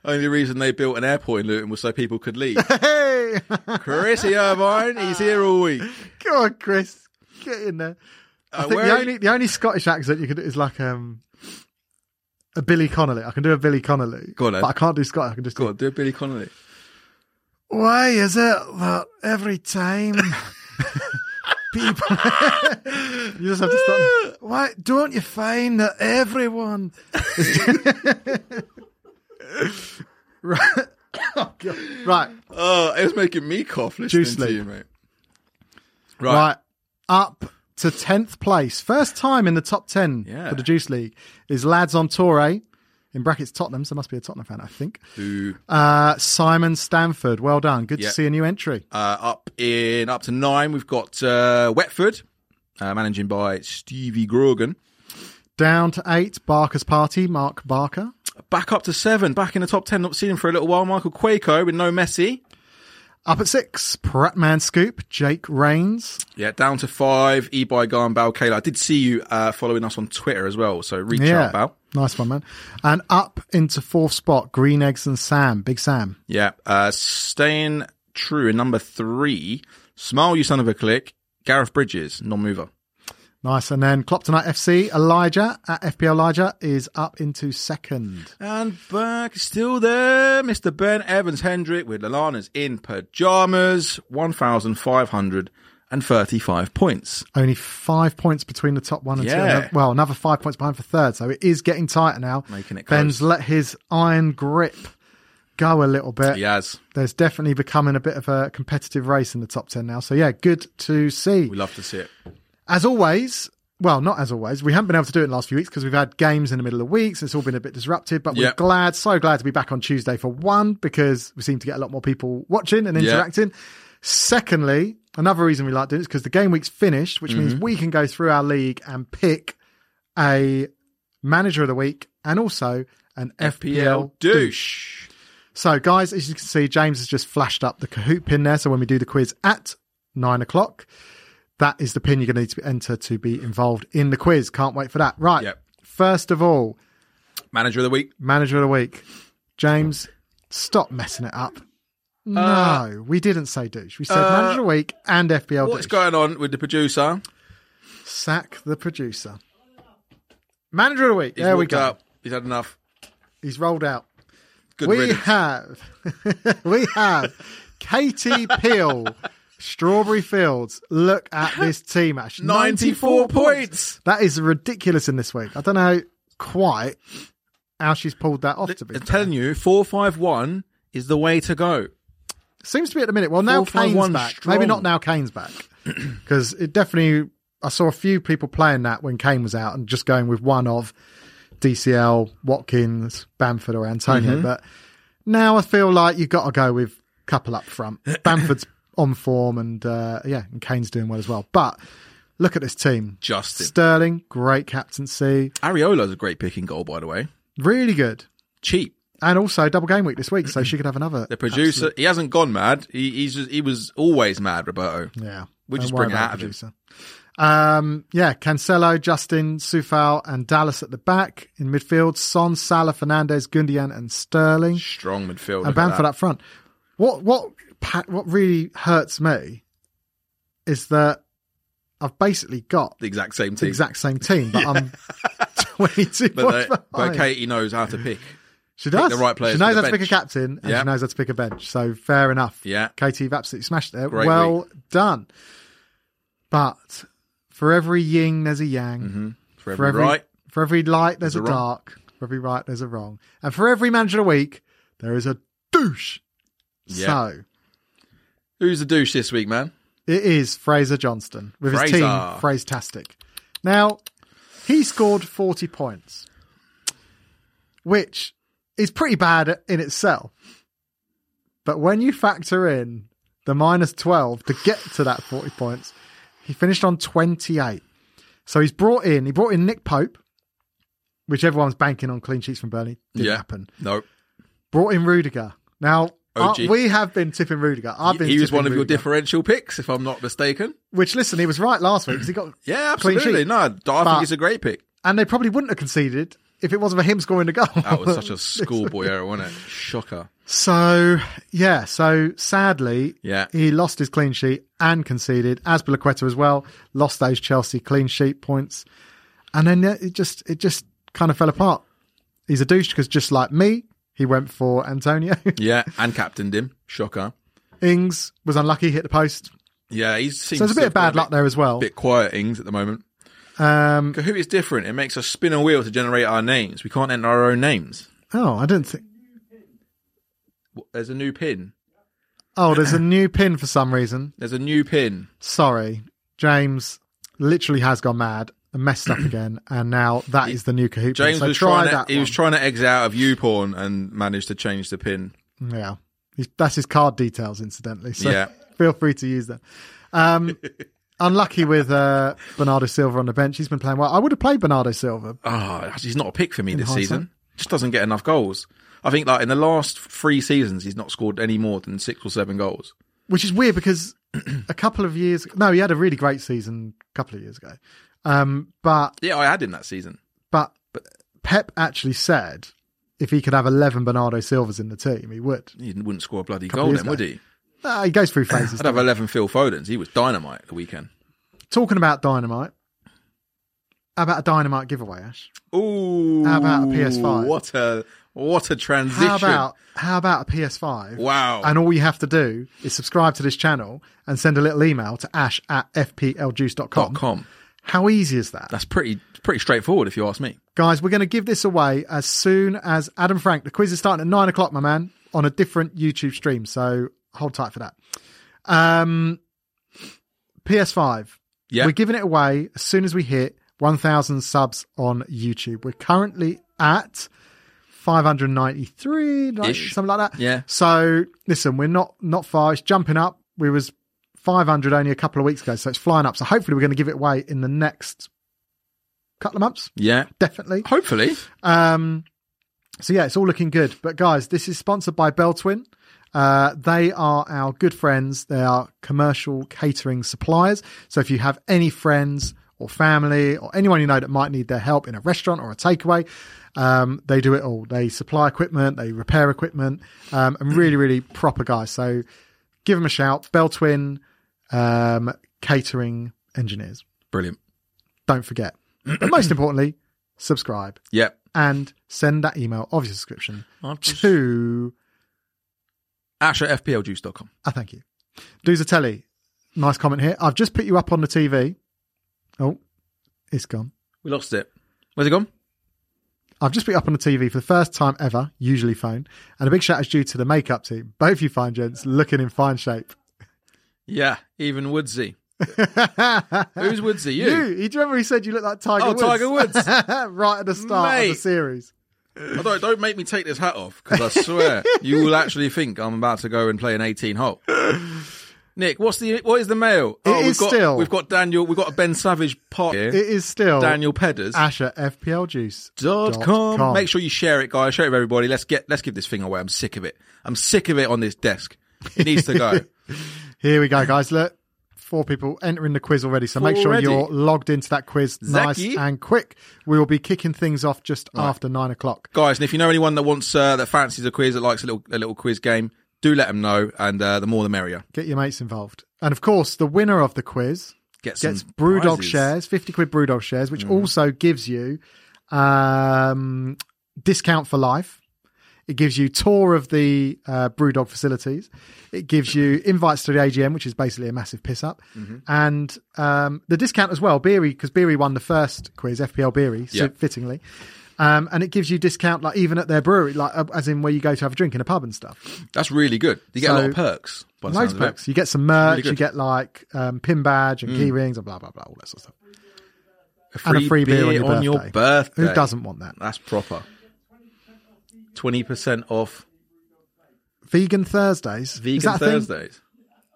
Speaker 2: Only reason they built an airport in Luton was so people could leave.
Speaker 1: Hey,
Speaker 2: Chrissy Irvine, he's here all week.
Speaker 1: come on, Chris, get in there. I
Speaker 2: Uh,
Speaker 1: think
Speaker 2: where
Speaker 1: the
Speaker 2: are
Speaker 1: only the only Scottish accent you can do is like um a Billy Connolly. I can do a Billy Connolly,
Speaker 2: Go on, then.
Speaker 1: but I can't do Scottish. I can just
Speaker 2: God, do a Billy Connolly.
Speaker 1: Why is it that every time people you just have to stop? Why don't you find that everyone? is- right. Oh, God. right,
Speaker 2: Oh, it was making me cough listening
Speaker 1: Juice
Speaker 2: to
Speaker 1: League.
Speaker 2: you, mate.
Speaker 1: right,
Speaker 2: Right.
Speaker 1: up to tenth place, first time in the top ten
Speaker 2: Yeah.
Speaker 1: for the Juice League is lads on Torre, in brackets Tottenham. So must be a Tottenham fan, I think.
Speaker 2: Who,
Speaker 1: Uh, Simon Stanford, well done. Good
Speaker 2: Yeah.
Speaker 1: to see a new entry.
Speaker 2: uh, up in up to nine, we've got uh, Wetford, uh, managing by Stevie Grogan.
Speaker 1: Down to eight, Barker's party, Mark Barker.
Speaker 2: Back up to seven, back in the top ten. Not seen him for a little while. Michael Quaco with no Messi.
Speaker 1: Up at six, Pratman Scoop, Jake Rains.
Speaker 2: Yeah, down to five. Ebi Garnbal Kayla. I did see you uh, following us on Twitter as well, so reach out, Bal.
Speaker 1: Nice one, man. And up into fourth spot, Green Eggs and Sam, Big Sam.
Speaker 2: Yeah, uh, staying true in number three. Smile, you son of a click. Gareth Bridges, non-mover.
Speaker 1: Nice. And then Cloptonite FC, Elijah at FPL Elijah is up into second.
Speaker 2: And back, still there, Mr. Ben Evans Hendrick with Lallana's in pajamas, 1,535 points.
Speaker 1: Only five points between the top one and two.
Speaker 2: Yeah.
Speaker 1: Another- Well, another five points behind for third. So it is getting tighter now.
Speaker 2: Making it
Speaker 1: Ben's let his iron grip go a little bit.
Speaker 2: He has.
Speaker 1: There's definitely becoming a bit of a competitive race in the top 10 now. So yeah, good to see.
Speaker 2: We love to see it.
Speaker 1: As always, well, not as always. We haven't been able to do it in the last few weeks because we've had games in the middle of the weeks. it's all been a bit disruptive, but we're
Speaker 2: Yep.
Speaker 1: glad, so glad to be back on Tuesday for one because we seem to get a lot more people watching and interacting. Secondly, another reason we like doing it is because the game week's finished, which means we can go through our league and pick a manager of the week and also an FPL,
Speaker 2: PL douche.
Speaker 1: so, guys, as you can see, James has just flashed up the Kahoot pin there. So, when we do the quiz at nine o'clock, that is the pin you're going to need to enter to be involved in the quiz. Can't wait for that. Right.
Speaker 2: Yep.
Speaker 1: First of all,
Speaker 2: Manager of the week.
Speaker 1: manager of the week, James, stop messing it up. No, we didn't say douche. We said manager of the week and FBL
Speaker 2: Uh, What's
Speaker 1: douche.
Speaker 2: going on with the producer?
Speaker 1: Sack the producer. Manager of the week.
Speaker 2: He's
Speaker 1: there we
Speaker 2: walked
Speaker 1: go.
Speaker 2: out. He's had enough.
Speaker 1: He's rolled out.
Speaker 2: Good
Speaker 1: we
Speaker 2: riddance.
Speaker 1: have we have Katie Peel, Strawberry Fields. Look at this team, Ash.
Speaker 2: 94 points.
Speaker 1: That is ridiculous in this week. I don't know quite how she's pulled that off. To be
Speaker 2: I'm
Speaker 1: fair.
Speaker 2: telling you, 451 is the way to go.
Speaker 1: seems to be at the minute. Well, now
Speaker 2: Four, five,
Speaker 1: Kane's
Speaker 2: one
Speaker 1: back.
Speaker 2: strong.
Speaker 1: Maybe not now. Kane's back because it definitely. I saw a few people playing that when Kane was out and just going with one of DCL, Watkins, Bamford, or Antonio.
Speaker 2: Mm-hmm.
Speaker 1: But now I feel like you've got to go with couple up front. Bamford's on form, and uh, yeah, and Kane's doing well as well. But look at this team.
Speaker 2: Justin.
Speaker 1: Sterling, great captaincy,
Speaker 2: Ariola's a great pick in goal, by the way.
Speaker 1: really good,
Speaker 2: Cheap.
Speaker 1: and also double game week this week, so she could have another.
Speaker 2: The producer, he hasn't gone mad. He, he's just, he was always mad, Roberto.
Speaker 1: Yeah.
Speaker 2: We
Speaker 1: Don't
Speaker 2: just
Speaker 1: worry
Speaker 2: bring it
Speaker 1: about
Speaker 2: out of
Speaker 1: the
Speaker 2: him.
Speaker 1: producer. Um, yeah, Cancelo, Justin, Sufal, and Dallas at the back. In midfield, Son, Salah, Fernandez, Gundian, and Sterling.
Speaker 2: Strong midfield.
Speaker 1: and Bamford up front. What what pa- what really hurts me is that I've basically got
Speaker 2: The exact same
Speaker 1: the
Speaker 2: team.
Speaker 1: exact same team, but I'm 22
Speaker 2: But,
Speaker 1: points
Speaker 2: they, but
Speaker 1: behind.
Speaker 2: Katie knows how to pick.
Speaker 1: She does.
Speaker 2: the right players
Speaker 1: She
Speaker 2: for
Speaker 1: knows
Speaker 2: the
Speaker 1: how to pick a
Speaker 2: bench.
Speaker 1: captain and
Speaker 2: Yeah.
Speaker 1: she knows how to pick a bench. So fair enough.
Speaker 2: Yeah.
Speaker 1: Katie, you've absolutely smashed it.
Speaker 2: Great
Speaker 1: well done. But for every yin, there's a yang.
Speaker 2: Mm-hmm. For every,
Speaker 1: For every
Speaker 2: right.
Speaker 1: for every light, there's,
Speaker 2: Mm. There's
Speaker 1: a,
Speaker 2: a wrong.
Speaker 1: dark. For every right, there's a wrong. And for every manager of the week, there is a douche.
Speaker 2: Yeah.
Speaker 1: So
Speaker 2: Who's the douche this week, man?
Speaker 1: it is Fraser Johnston with his team,
Speaker 2: Fraser.
Speaker 1: Phrasetastic. Now, he scored 40 points, which is pretty bad in itself. But when you factor in the minus 12 to get to that 40 points, he finished on 28. So he's brought in, he brought in Nick Pope, which everyone's banking on clean sheets from Burnley. Didn't
Speaker 2: yeah.
Speaker 1: happen.
Speaker 2: No.
Speaker 1: Brought in Rudiger. Now,
Speaker 2: OG.
Speaker 1: uh, we have been tipping Rudiger. I've been
Speaker 2: He was
Speaker 1: tipping
Speaker 2: one of your
Speaker 1: Rudiger.
Speaker 2: differential picks, if I'm not mistaken.
Speaker 1: Which listen, he was right last week because he got,
Speaker 2: Yeah,
Speaker 1: Clean
Speaker 2: absolutely.
Speaker 1: sheet.
Speaker 2: No, I
Speaker 1: But-
Speaker 2: think it's a great pick.
Speaker 1: and they probably wouldn't have conceded if it wasn't for him scoring the goal.
Speaker 2: That was such a schoolboy error, wasn't it? Shocker.
Speaker 1: so yeah. So sadly,
Speaker 2: Yeah.
Speaker 1: he lost his clean sheet and conceded. Aspilaqueta as well lost those Chelsea clean sheet points, and then uh, it just it just kind of fell apart. He's a douche because just like me, he went for Antonio.
Speaker 2: Yeah, and captained him. Shocker.
Speaker 1: Ings was unlucky, hit the post.
Speaker 2: Yeah, he's seems
Speaker 1: So there's a bit of bad luck there as well.
Speaker 2: Bit quiet Ings at the moment.
Speaker 1: Um,
Speaker 2: Kahoot is different. It makes us spin a wheel to generate our names. We can't enter our own names.
Speaker 1: oh, I didn't think.
Speaker 2: W- There's a new pin.
Speaker 1: Oh, there's a new pin for some reason.
Speaker 2: There's a new pin.
Speaker 1: sorry, James literally has gone mad and messed up again, and now that is the new Kahoot. pin.
Speaker 2: James
Speaker 1: so
Speaker 2: was
Speaker 1: try
Speaker 2: trying to
Speaker 1: that.
Speaker 2: he was
Speaker 1: one.
Speaker 2: trying to exit out of U porn and managed to change the pin.
Speaker 1: yeah, He's- that's his card details, incidentally. So
Speaker 2: Yeah.
Speaker 1: feel free to use them. Um, unlucky with uh, Bernardo Silva on the bench. He's been playing well. I would have played Bernardo Silva.
Speaker 2: Ah, he's not a pick for me this
Speaker 1: hindsight.
Speaker 2: season. Just doesn't get enough goals. I think like in the last three seasons he's not scored any more than six or seven goals.
Speaker 1: which is weird because a couple of years no, he had a really great season a couple of years ago. Um, but
Speaker 2: Yeah, I had him that season.
Speaker 1: but Pep actually said if he could have eleven Bernardo Silvas in the team, he would.
Speaker 2: He wouldn't score a bloody goal
Speaker 1: years
Speaker 2: then, would
Speaker 1: ago.
Speaker 2: he?
Speaker 1: Uh, he goes through phases.
Speaker 2: I'd have eleven Phil Fodens. He was dynamite the weekend.
Speaker 1: Talking about dynamite. How about a dynamite giveaway, Ash?
Speaker 2: Ooh,
Speaker 1: How about a PS5?
Speaker 2: What a what a transition!
Speaker 1: How about how about a PS5?
Speaker 2: wow?
Speaker 1: And all you have to do is subscribe to this channel and send a little email to ash at fpljuice.com.
Speaker 2: Dot com.
Speaker 1: How easy is that?
Speaker 2: That's pretty pretty straightforward, if you ask me.
Speaker 1: Guys, we're going to give this away as soon as Adam Frank. The quiz is starting at nine o'clock, my man, on a different YouTube stream. So hold tight for that. Um, PS5.
Speaker 2: Yeah,
Speaker 1: We're giving it away as soon as we hit 1,000 subs on YouTube. We're currently at 593, like,
Speaker 2: Ish.
Speaker 1: something like that.
Speaker 2: Yeah.
Speaker 1: So listen, we're not not far. It's jumping up. We was 500 only a couple of weeks ago, so it's flying up. So hopefully we're going to give it away in the next couple of months.
Speaker 2: Yeah.
Speaker 1: Definitely.
Speaker 2: Hopefully.
Speaker 1: Um, so yeah, it's all looking good. But guys, this is sponsored by Beltwin. Uh, they are our good friends. They are commercial catering suppliers. So if you have any friends or family or anyone you know that might need their help in a restaurant or a takeaway, um, they do it all. They supply equipment, they repair equipment, um, and really, really proper guys. So give them a shout. Beltwin um, Catering Engineers.
Speaker 2: Brilliant.
Speaker 1: Don't forget. But most importantly, subscribe
Speaker 2: Yep.
Speaker 1: and send that email of your subscription
Speaker 2: I'm just-
Speaker 1: to.
Speaker 2: Ash at fpljuice.com.
Speaker 1: Ah, thank you. Duzatelli, nice comment here. I've just put you up on the TV. Oh, it's gone.
Speaker 2: We lost it. Where's it gone?
Speaker 1: I've just put you up on the TV for the first time ever, usually phone. And a big shout is due to the makeup team. Both you fine gents looking in fine shape.
Speaker 2: Yeah. Even Woodsy.
Speaker 1: Who's
Speaker 2: Who's Woodsy?
Speaker 1: you?
Speaker 2: You.
Speaker 1: you? Do you remember he said you look like Tiger
Speaker 2: Oh,
Speaker 1: Woods?
Speaker 2: Tiger Woods.
Speaker 1: right at the start of
Speaker 2: Mate.
Speaker 1: the series.
Speaker 2: Although, don't make me take this hat off because I swear you will actually think I'm about to go and play an 18 hole. Nick, what's the what is the mail? Oh,
Speaker 1: It is
Speaker 2: we've got,
Speaker 1: still-
Speaker 2: We've got Daniel. We've got a Ben Savage part here.
Speaker 1: It is still
Speaker 2: Daniel Pedders.
Speaker 1: Asher FPL Juice.
Speaker 2: Dot
Speaker 1: dot
Speaker 2: com.
Speaker 1: com.
Speaker 2: Make sure you share it, guys. Share it with everybody. Let's get let's give this thing away. I'm sick of it. I'm sick of it on this desk. It needs to go.
Speaker 1: Here we go, guys. Look, four people entering the quiz already. So make sure
Speaker 2: Already?
Speaker 1: you're logged into that quiz nice
Speaker 2: Zaki?
Speaker 1: and quick. We will be kicking things off just after nine o'clock.
Speaker 2: guys. And if you know anyone that wants uh, that fancies a quiz, that likes a little a little quiz game, do let them know. And uh, the more, the merrier.
Speaker 1: Get your mates involved. And of course, the winner of the quiz
Speaker 2: Get some
Speaker 1: gets Brewdog
Speaker 2: prizes. Mm.
Speaker 1: shares, 50 quid Brewdog shares, which also gives you um, discount for life. It gives you tour of the uh, Brewdog facilities. It gives you invites to the AGM, which is basically a massive piss up,
Speaker 2: Mm-hmm.
Speaker 1: and um, the discount as well. Beery because Beery won the first quiz, FPL Beery, so
Speaker 2: Yeah.
Speaker 1: fittingly, um, and it gives you discount like even at their brewery, like uh, as in where you go to have a drink in a pub and stuff.
Speaker 2: That's really good. You get a lot of
Speaker 1: So-
Speaker 2: perks. by the
Speaker 1: Loads
Speaker 2: sounds
Speaker 1: of
Speaker 2: of it.
Speaker 1: perks. You get some merch.
Speaker 2: Really good. Mm.
Speaker 1: you get like um, pin badge and key rings and blah blah blah, all that sort of stuff.
Speaker 2: A
Speaker 1: and a free beer, on, your, birthday.
Speaker 2: birthday.
Speaker 1: Who doesn't want that?
Speaker 2: That's proper. Twenty percent off
Speaker 1: Vegan Thursdays. Is
Speaker 2: vegan
Speaker 1: that a thing?
Speaker 2: Thursdays.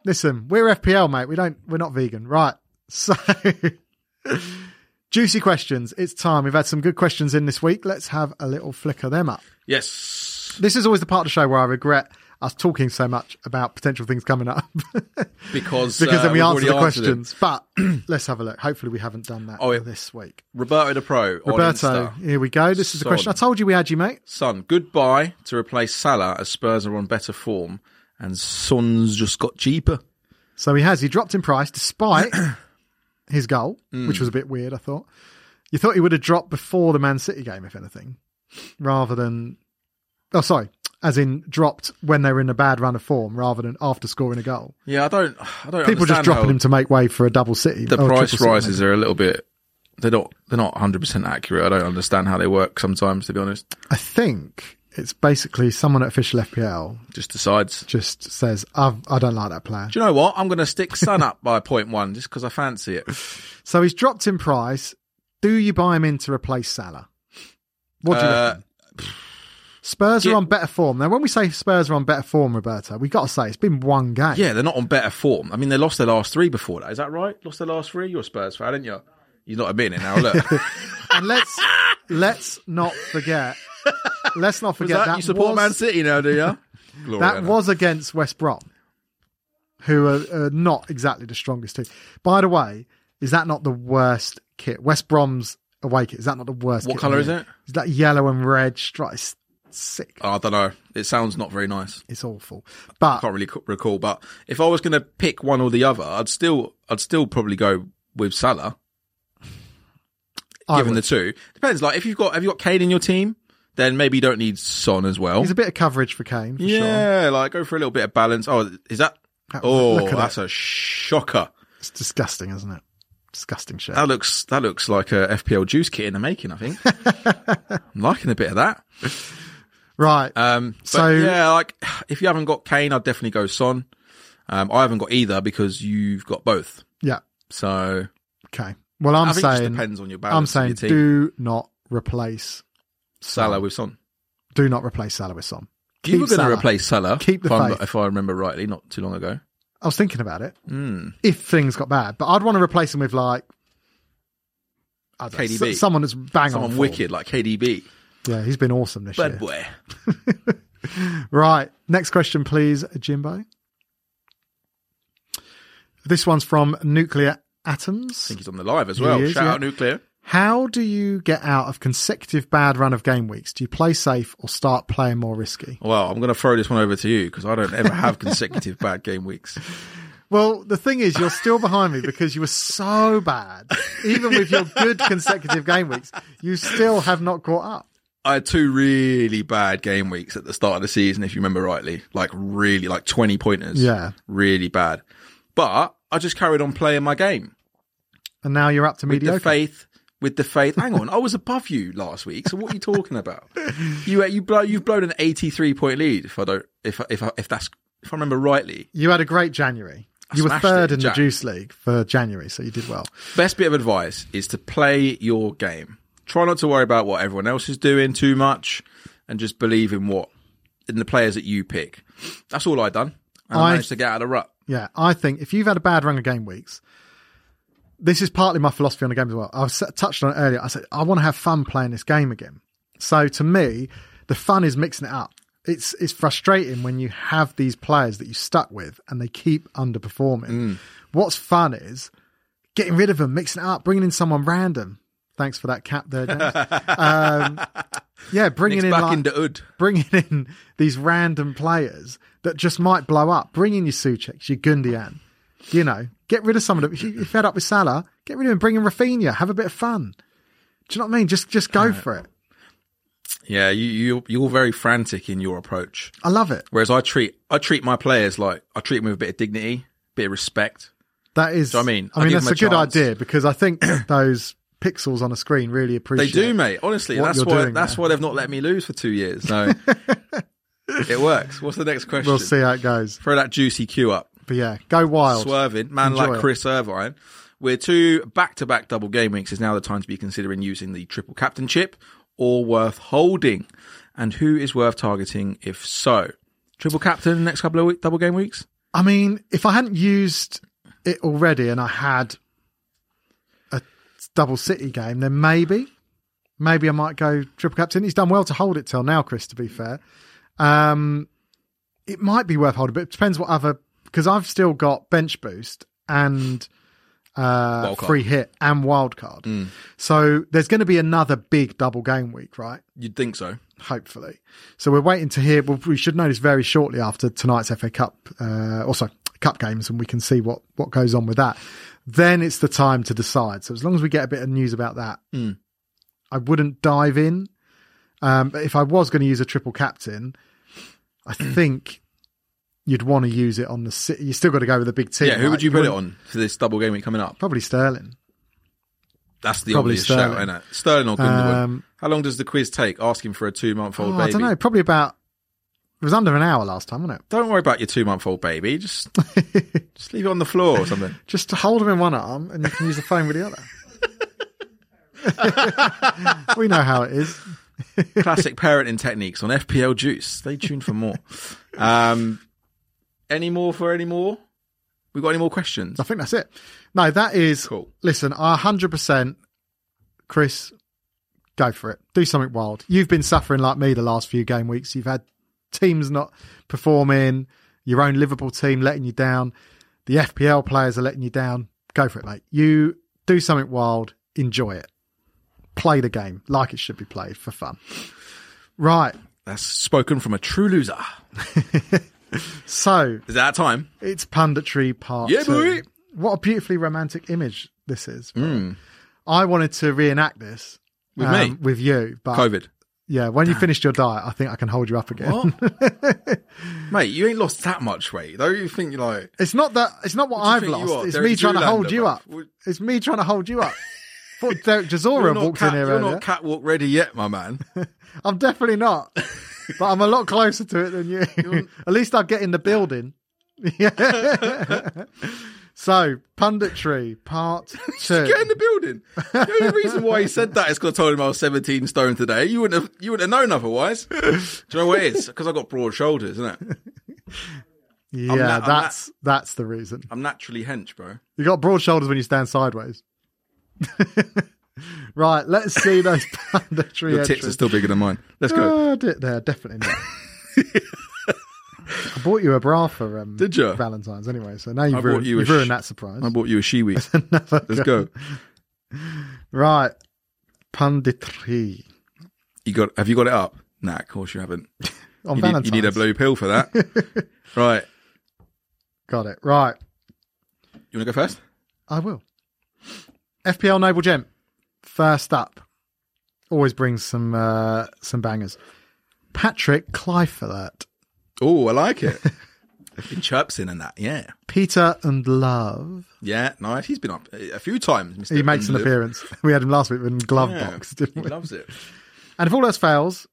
Speaker 1: Listen, we're FPL, mate. We don't. We're not vegan, right? So, juicy questions. It's time. We've had some good questions in this week. Let's have a little flick of them up.
Speaker 2: Yes,
Speaker 1: This is always the part of the show where I regret us talking so much about potential things coming up
Speaker 2: because
Speaker 1: because
Speaker 2: uh,
Speaker 1: then we
Speaker 2: we've
Speaker 1: answer
Speaker 2: already
Speaker 1: the
Speaker 2: answered them.
Speaker 1: questions. But let's have a look. Hopefully, we haven't done that
Speaker 2: Oh, yeah. Oh,
Speaker 1: this week.
Speaker 2: Roberto the Pro
Speaker 1: Roberto,
Speaker 2: on Insta.
Speaker 1: here we go. This is the question. I
Speaker 2: Solid.
Speaker 1: told you we had you, mate.
Speaker 2: Son, goodbye to replace Salah as Spurs are on better form, and Son's just got cheaper.
Speaker 1: So he has. He dropped in price despite his goal,
Speaker 2: Mm.
Speaker 1: which was a bit weird, I thought. You thought he would have dropped before the Man City game, if anything, rather than. Oh, sorry. As in dropped when they were in a bad run of form rather than after scoring a goal.
Speaker 2: Yeah, I don't. I don't.
Speaker 1: People just
Speaker 2: understand
Speaker 1: dropping
Speaker 2: how
Speaker 1: him to make way for a double city.
Speaker 2: The
Speaker 1: or a
Speaker 2: price
Speaker 1: oh, triple City,
Speaker 2: rises are a little bit. They're not. They're not 100 percent accurate. I don't understand how they work sometimes. To be honest,
Speaker 1: maybe. I think it's basically someone at official FPL
Speaker 2: just decides.
Speaker 1: just says, I've, I don't like that player.
Speaker 2: Do you know what? I'm going to stick Sun up by point one just because I fancy it.
Speaker 1: So he's dropped in price. Do you buy him in to replace Salah? What do you
Speaker 2: Uh,
Speaker 1: reckon? Spurs
Speaker 2: Yeah.
Speaker 1: are on better form. Now, when we say Spurs are on better form, Roberto, we got to say it's been one game.
Speaker 2: Yeah, they're not on better form. I mean, they lost their last three before that. Is that right? Lost their last three? You're a Spurs fan, aren't you? You're not admitting it now. Look, was
Speaker 1: And let's let's not forget. Let's not forget
Speaker 2: that,
Speaker 1: that,
Speaker 2: you support
Speaker 1: was,
Speaker 2: Man City now, do you? Glory
Speaker 1: that
Speaker 2: Anna.
Speaker 1: was against West Brom, who are, are not exactly the strongest team. By the way, is that not the worst kit? West Brom's away kit. Is that not the worst?
Speaker 2: What
Speaker 1: kit in the
Speaker 2: colour is
Speaker 1: league?
Speaker 2: it? Oh,
Speaker 1: Is that yellow and red stripe? It's Sick.
Speaker 2: I don't know. It sounds not very nice.
Speaker 1: It's awful. But
Speaker 2: Can't really c- recall. But if I was going to pick one or the other, I'd still, I'd still probably go with Salah.
Speaker 1: I
Speaker 2: given
Speaker 1: would.
Speaker 2: the two, depends. Like if you've got, have you got Kane in your team? Then maybe you don't need Son as well.
Speaker 1: he's a bit of coverage for Kane. For Sure.
Speaker 2: yeah, like go for a little bit of balance. Oh, is that?
Speaker 1: That-
Speaker 2: Oh,
Speaker 1: look at
Speaker 2: that's
Speaker 1: that.
Speaker 2: a shocker.
Speaker 1: It's disgusting, isn't it? Disgusting shit.
Speaker 2: That looks that looks like a FPL juice kit in the making. I think I'm liking a bit of that.
Speaker 1: Right.
Speaker 2: Um, but
Speaker 1: So-
Speaker 2: yeah, like if you haven't got Kane, I'd definitely go Son. Um, I haven't got either because you've got both.
Speaker 1: yeah.
Speaker 2: So
Speaker 1: Okay. Well, I'm
Speaker 2: I think it just
Speaker 1: saying,
Speaker 2: depends on your balance.
Speaker 1: I'm
Speaker 2: of
Speaker 1: saying,
Speaker 2: your team.
Speaker 1: do not replace
Speaker 2: Salah with Son.
Speaker 1: Do not replace Salah with Son.
Speaker 2: You were
Speaker 1: Keep
Speaker 2: going to
Speaker 1: Salah.
Speaker 2: replace Salah.
Speaker 1: Keep the
Speaker 2: if, I'm-
Speaker 1: faith.
Speaker 2: if I remember rightly, not too long ago.
Speaker 1: I was thinking about it.
Speaker 2: Mm.
Speaker 1: If things got bad, but I'd want to replace him with like I don't
Speaker 2: KDB.
Speaker 1: know, s- someone that's bang on
Speaker 2: Someone
Speaker 1: form.
Speaker 2: wicked like KDB.
Speaker 1: Yeah, he's been awesome this
Speaker 2: Bad
Speaker 1: year.
Speaker 2: boy.
Speaker 1: Right. Next question, please, Jimbo. This one's from Nuclear Atoms.
Speaker 2: I think he's on the live as
Speaker 1: He
Speaker 2: well.
Speaker 1: is,
Speaker 2: Shout
Speaker 1: yeah.
Speaker 2: out Nuclear.
Speaker 1: How do you get out of consecutive bad run of game weeks? Do you play safe or start playing more risky?
Speaker 2: Well, I'm going to throw this one over to you because I don't ever have consecutive bad game weeks.
Speaker 1: Well, the thing is, you're still behind me because you were so bad. Even with your good consecutive game weeks, you still have not caught up.
Speaker 2: I had two really bad game weeks at the start of the season, if you remember rightly. Like really, like 20 pointers.
Speaker 1: Yeah.
Speaker 2: Really bad. But I just carried on playing my game.
Speaker 1: And now you're up to
Speaker 2: With
Speaker 1: mediocre.
Speaker 2: the faith, with the faith. Hang on, I was above you last week. So what are you talking about? You you blow you've blown an eighty three point lead. If I don't, if if if that's if I remember rightly,
Speaker 1: you had a great January. you were
Speaker 2: smashed
Speaker 1: third
Speaker 2: it,
Speaker 1: in
Speaker 2: Jack.
Speaker 1: the Juice League for January, so you did well.
Speaker 2: best bit of advice is to play your game. Try not to worry about what everyone else is doing too much, and just believe in what in the players that you pick. That's all I done. And I,
Speaker 1: I-
Speaker 2: managed to get out of the rut.
Speaker 1: Yeah, I think if you've had a bad run of game weeks, this is partly my philosophy on the game as well. I've s- touched on it earlier. I said I want to have fun playing this game again. So to me, the fun is mixing it up. It's it's frustrating when you have these players that you stuck with and they keep underperforming.
Speaker 2: Mm.
Speaker 1: What's fun is getting rid of them, mixing it up, bringing in someone random. Thanks for that cap there, James. um, yeah, bringing
Speaker 2: Nick's
Speaker 1: in
Speaker 2: back
Speaker 1: like,
Speaker 2: in the hood.
Speaker 1: bringing in these random players that just might blow up. Bring in your Sucheks, your Gundian. You know, get rid of some of them. If you- you're fed up with Salah, get rid of him. Bring in Rafinha. Have a bit of fun. Do you know what I mean? Just just go for it.
Speaker 2: Yeah, you you you're very frantic in your approach.
Speaker 1: I love it.
Speaker 2: Whereas I treat I treat my players like I treat them with a bit of dignity, bit of respect.
Speaker 1: That is.
Speaker 2: I mean?
Speaker 1: I
Speaker 2: I'll
Speaker 1: mean,
Speaker 2: give
Speaker 1: that's
Speaker 2: him
Speaker 1: a,
Speaker 2: a
Speaker 1: good
Speaker 2: chance.
Speaker 1: idea because I think those pixels on a screen really
Speaker 2: They
Speaker 1: appreciate.
Speaker 2: do, mate. Honestly,
Speaker 1: what
Speaker 2: that's
Speaker 1: you're
Speaker 2: why
Speaker 1: doing
Speaker 2: that's
Speaker 1: there.
Speaker 2: why they've not let me lose for two years. No, it works. What's the next question?
Speaker 1: We'll see how it goes.
Speaker 2: Throw that juicy cue up,
Speaker 1: But yeah, go wild.
Speaker 2: swerving man
Speaker 1: Enjoy
Speaker 2: like
Speaker 1: it.
Speaker 2: Chris Irvine. We're two back-to-back double game weeks. Is now the time to be considering using the triple captain chip or worth holding, and who is worth targeting if so? Triple captain next couple of week, double game weeks.
Speaker 1: I mean, if I hadn't used it already and I had a double city game, then maybe, maybe I might go triple captain. He's done well to hold it till now, Chris. To be fair, um, it might be worth holding, but it depends what other because I've still got bench boost and uh,
Speaker 2: Wild card. Mm.
Speaker 1: free hit and wild card. So there's going to be another big double game week, right?
Speaker 2: You'd think so.
Speaker 1: hopefully. So we're waiting to hear. Well, we should know this very shortly after tonight's FA Cup, uh, also cup games, and we can see what what goes on with that. Then it's the time to decide. So as long as we get a bit of news about that,
Speaker 2: Mm.
Speaker 1: I wouldn't dive in. Um, but if I was going to use a triple captain, I think you'd want to use it on the. City. You still got to go with a big team.
Speaker 2: Yeah, who
Speaker 1: right?
Speaker 2: would you put it
Speaker 1: wouldn't-
Speaker 2: on for this double game week coming up?
Speaker 1: Probably Sterling.
Speaker 2: That's the
Speaker 1: Probably
Speaker 2: obvious
Speaker 1: Sterling.
Speaker 2: shout, isn't it? Sterling or Gundogan.
Speaker 1: Um,
Speaker 2: How long does the quiz take? Asking for a two-month-old
Speaker 1: Oh,
Speaker 2: baby.
Speaker 1: I don't know. Probably about. It was under an hour last time, wasn't
Speaker 2: Don't worry about your two-month-old baby. Just,
Speaker 1: it?
Speaker 2: just leave it on the floor or something.
Speaker 1: Just hold them in one arm and you can use the phone with the other. we know how it is.
Speaker 2: Classic parenting techniques on FPL Juice. Stay tuned for more. Um, any more for any more? We got any more questions?
Speaker 1: I think that's it. No, that is.
Speaker 2: Cool.
Speaker 1: Listen, I 100%, Chris, go for it. Do something wild. You've been suffering like me the last few game weeks. You've had teams not performing, your own Liverpool team letting you down, the FPL players are letting you down. Go for it, mate. You do something wild, enjoy it. Play the game like it should be played for fun. Right.
Speaker 2: That's spoken from a true loser.
Speaker 1: So
Speaker 2: Is that time?
Speaker 1: It's punditry part.
Speaker 2: Yeah,
Speaker 1: two.
Speaker 2: boy. Hmm.
Speaker 1: What a beautifully romantic image this is. I wanted to reenact this um,
Speaker 2: With me?
Speaker 1: with you, but
Speaker 2: COVID.
Speaker 1: yeah, when you finished your diet, I think I can hold you up again.
Speaker 2: What? Mate, you ain't lost that much weight. Don't you think you're like.
Speaker 1: It's not that. It's not what,
Speaker 2: do you
Speaker 1: I've
Speaker 2: think
Speaker 1: lost.
Speaker 2: you are,
Speaker 1: It's
Speaker 2: Derek
Speaker 1: me trying to
Speaker 2: Zoolander,
Speaker 1: hold you
Speaker 2: bruv?
Speaker 1: up.
Speaker 2: What-
Speaker 1: It's me trying to hold you up. Thought Derek Jazora
Speaker 2: You're,
Speaker 1: walked
Speaker 2: not,
Speaker 1: in
Speaker 2: cat,
Speaker 1: here
Speaker 2: you're
Speaker 1: earlier.
Speaker 2: not catwalk ready yet, my man.
Speaker 1: I'm definitely not, but I'm a lot closer to it than you. At least I get in the building. Yeah. So, punditry part two.
Speaker 2: Get in the building. The only reason why he said that is because I told him I was 17 stone today. You wouldn't have, you wouldn't have known otherwise. Do you know what it is? Because I got broad shoulders, isn't it?
Speaker 1: yeah,
Speaker 2: I'm not- I'm
Speaker 1: that's that's the reason.
Speaker 2: I'm naturally hench, bro.
Speaker 1: You got broad shoulders when you stand sideways. right, let's see those punditry
Speaker 2: Your tits are
Speaker 1: entries.
Speaker 2: still bigger than mine. Let's go.
Speaker 1: Oh, d- no, definitely not. I bought you a bra for um,
Speaker 2: Did ya?
Speaker 1: Valentine's anyway, so now you've,
Speaker 2: bought
Speaker 1: ruined,
Speaker 2: you a
Speaker 1: have ruined
Speaker 2: sh-
Speaker 1: that surprise.
Speaker 2: I bought you a shiwi. Let's go.
Speaker 1: Right, punditry
Speaker 2: You got? Have you got it up? Nah, of course you haven't.
Speaker 1: on
Speaker 2: You need,
Speaker 1: Valentine's.
Speaker 2: you need a blue pill for that. right.
Speaker 1: Got it. Right,
Speaker 2: You want to go first?
Speaker 1: I will. FPL Noble Gem, first up, always brings some uh, some bangers. Patrick Clyfert,
Speaker 2: Oh, I like it. been chirps in and that. Yeah.
Speaker 1: Peter and Love.
Speaker 2: Yeah. Nice. He's been up a few times. Mr.
Speaker 1: He makes an
Speaker 2: Undead.
Speaker 1: appearance. We had him last week in glove
Speaker 2: Yeah.
Speaker 1: box, didn't
Speaker 2: He
Speaker 1: we?
Speaker 2: loves it.
Speaker 1: And if all else fails,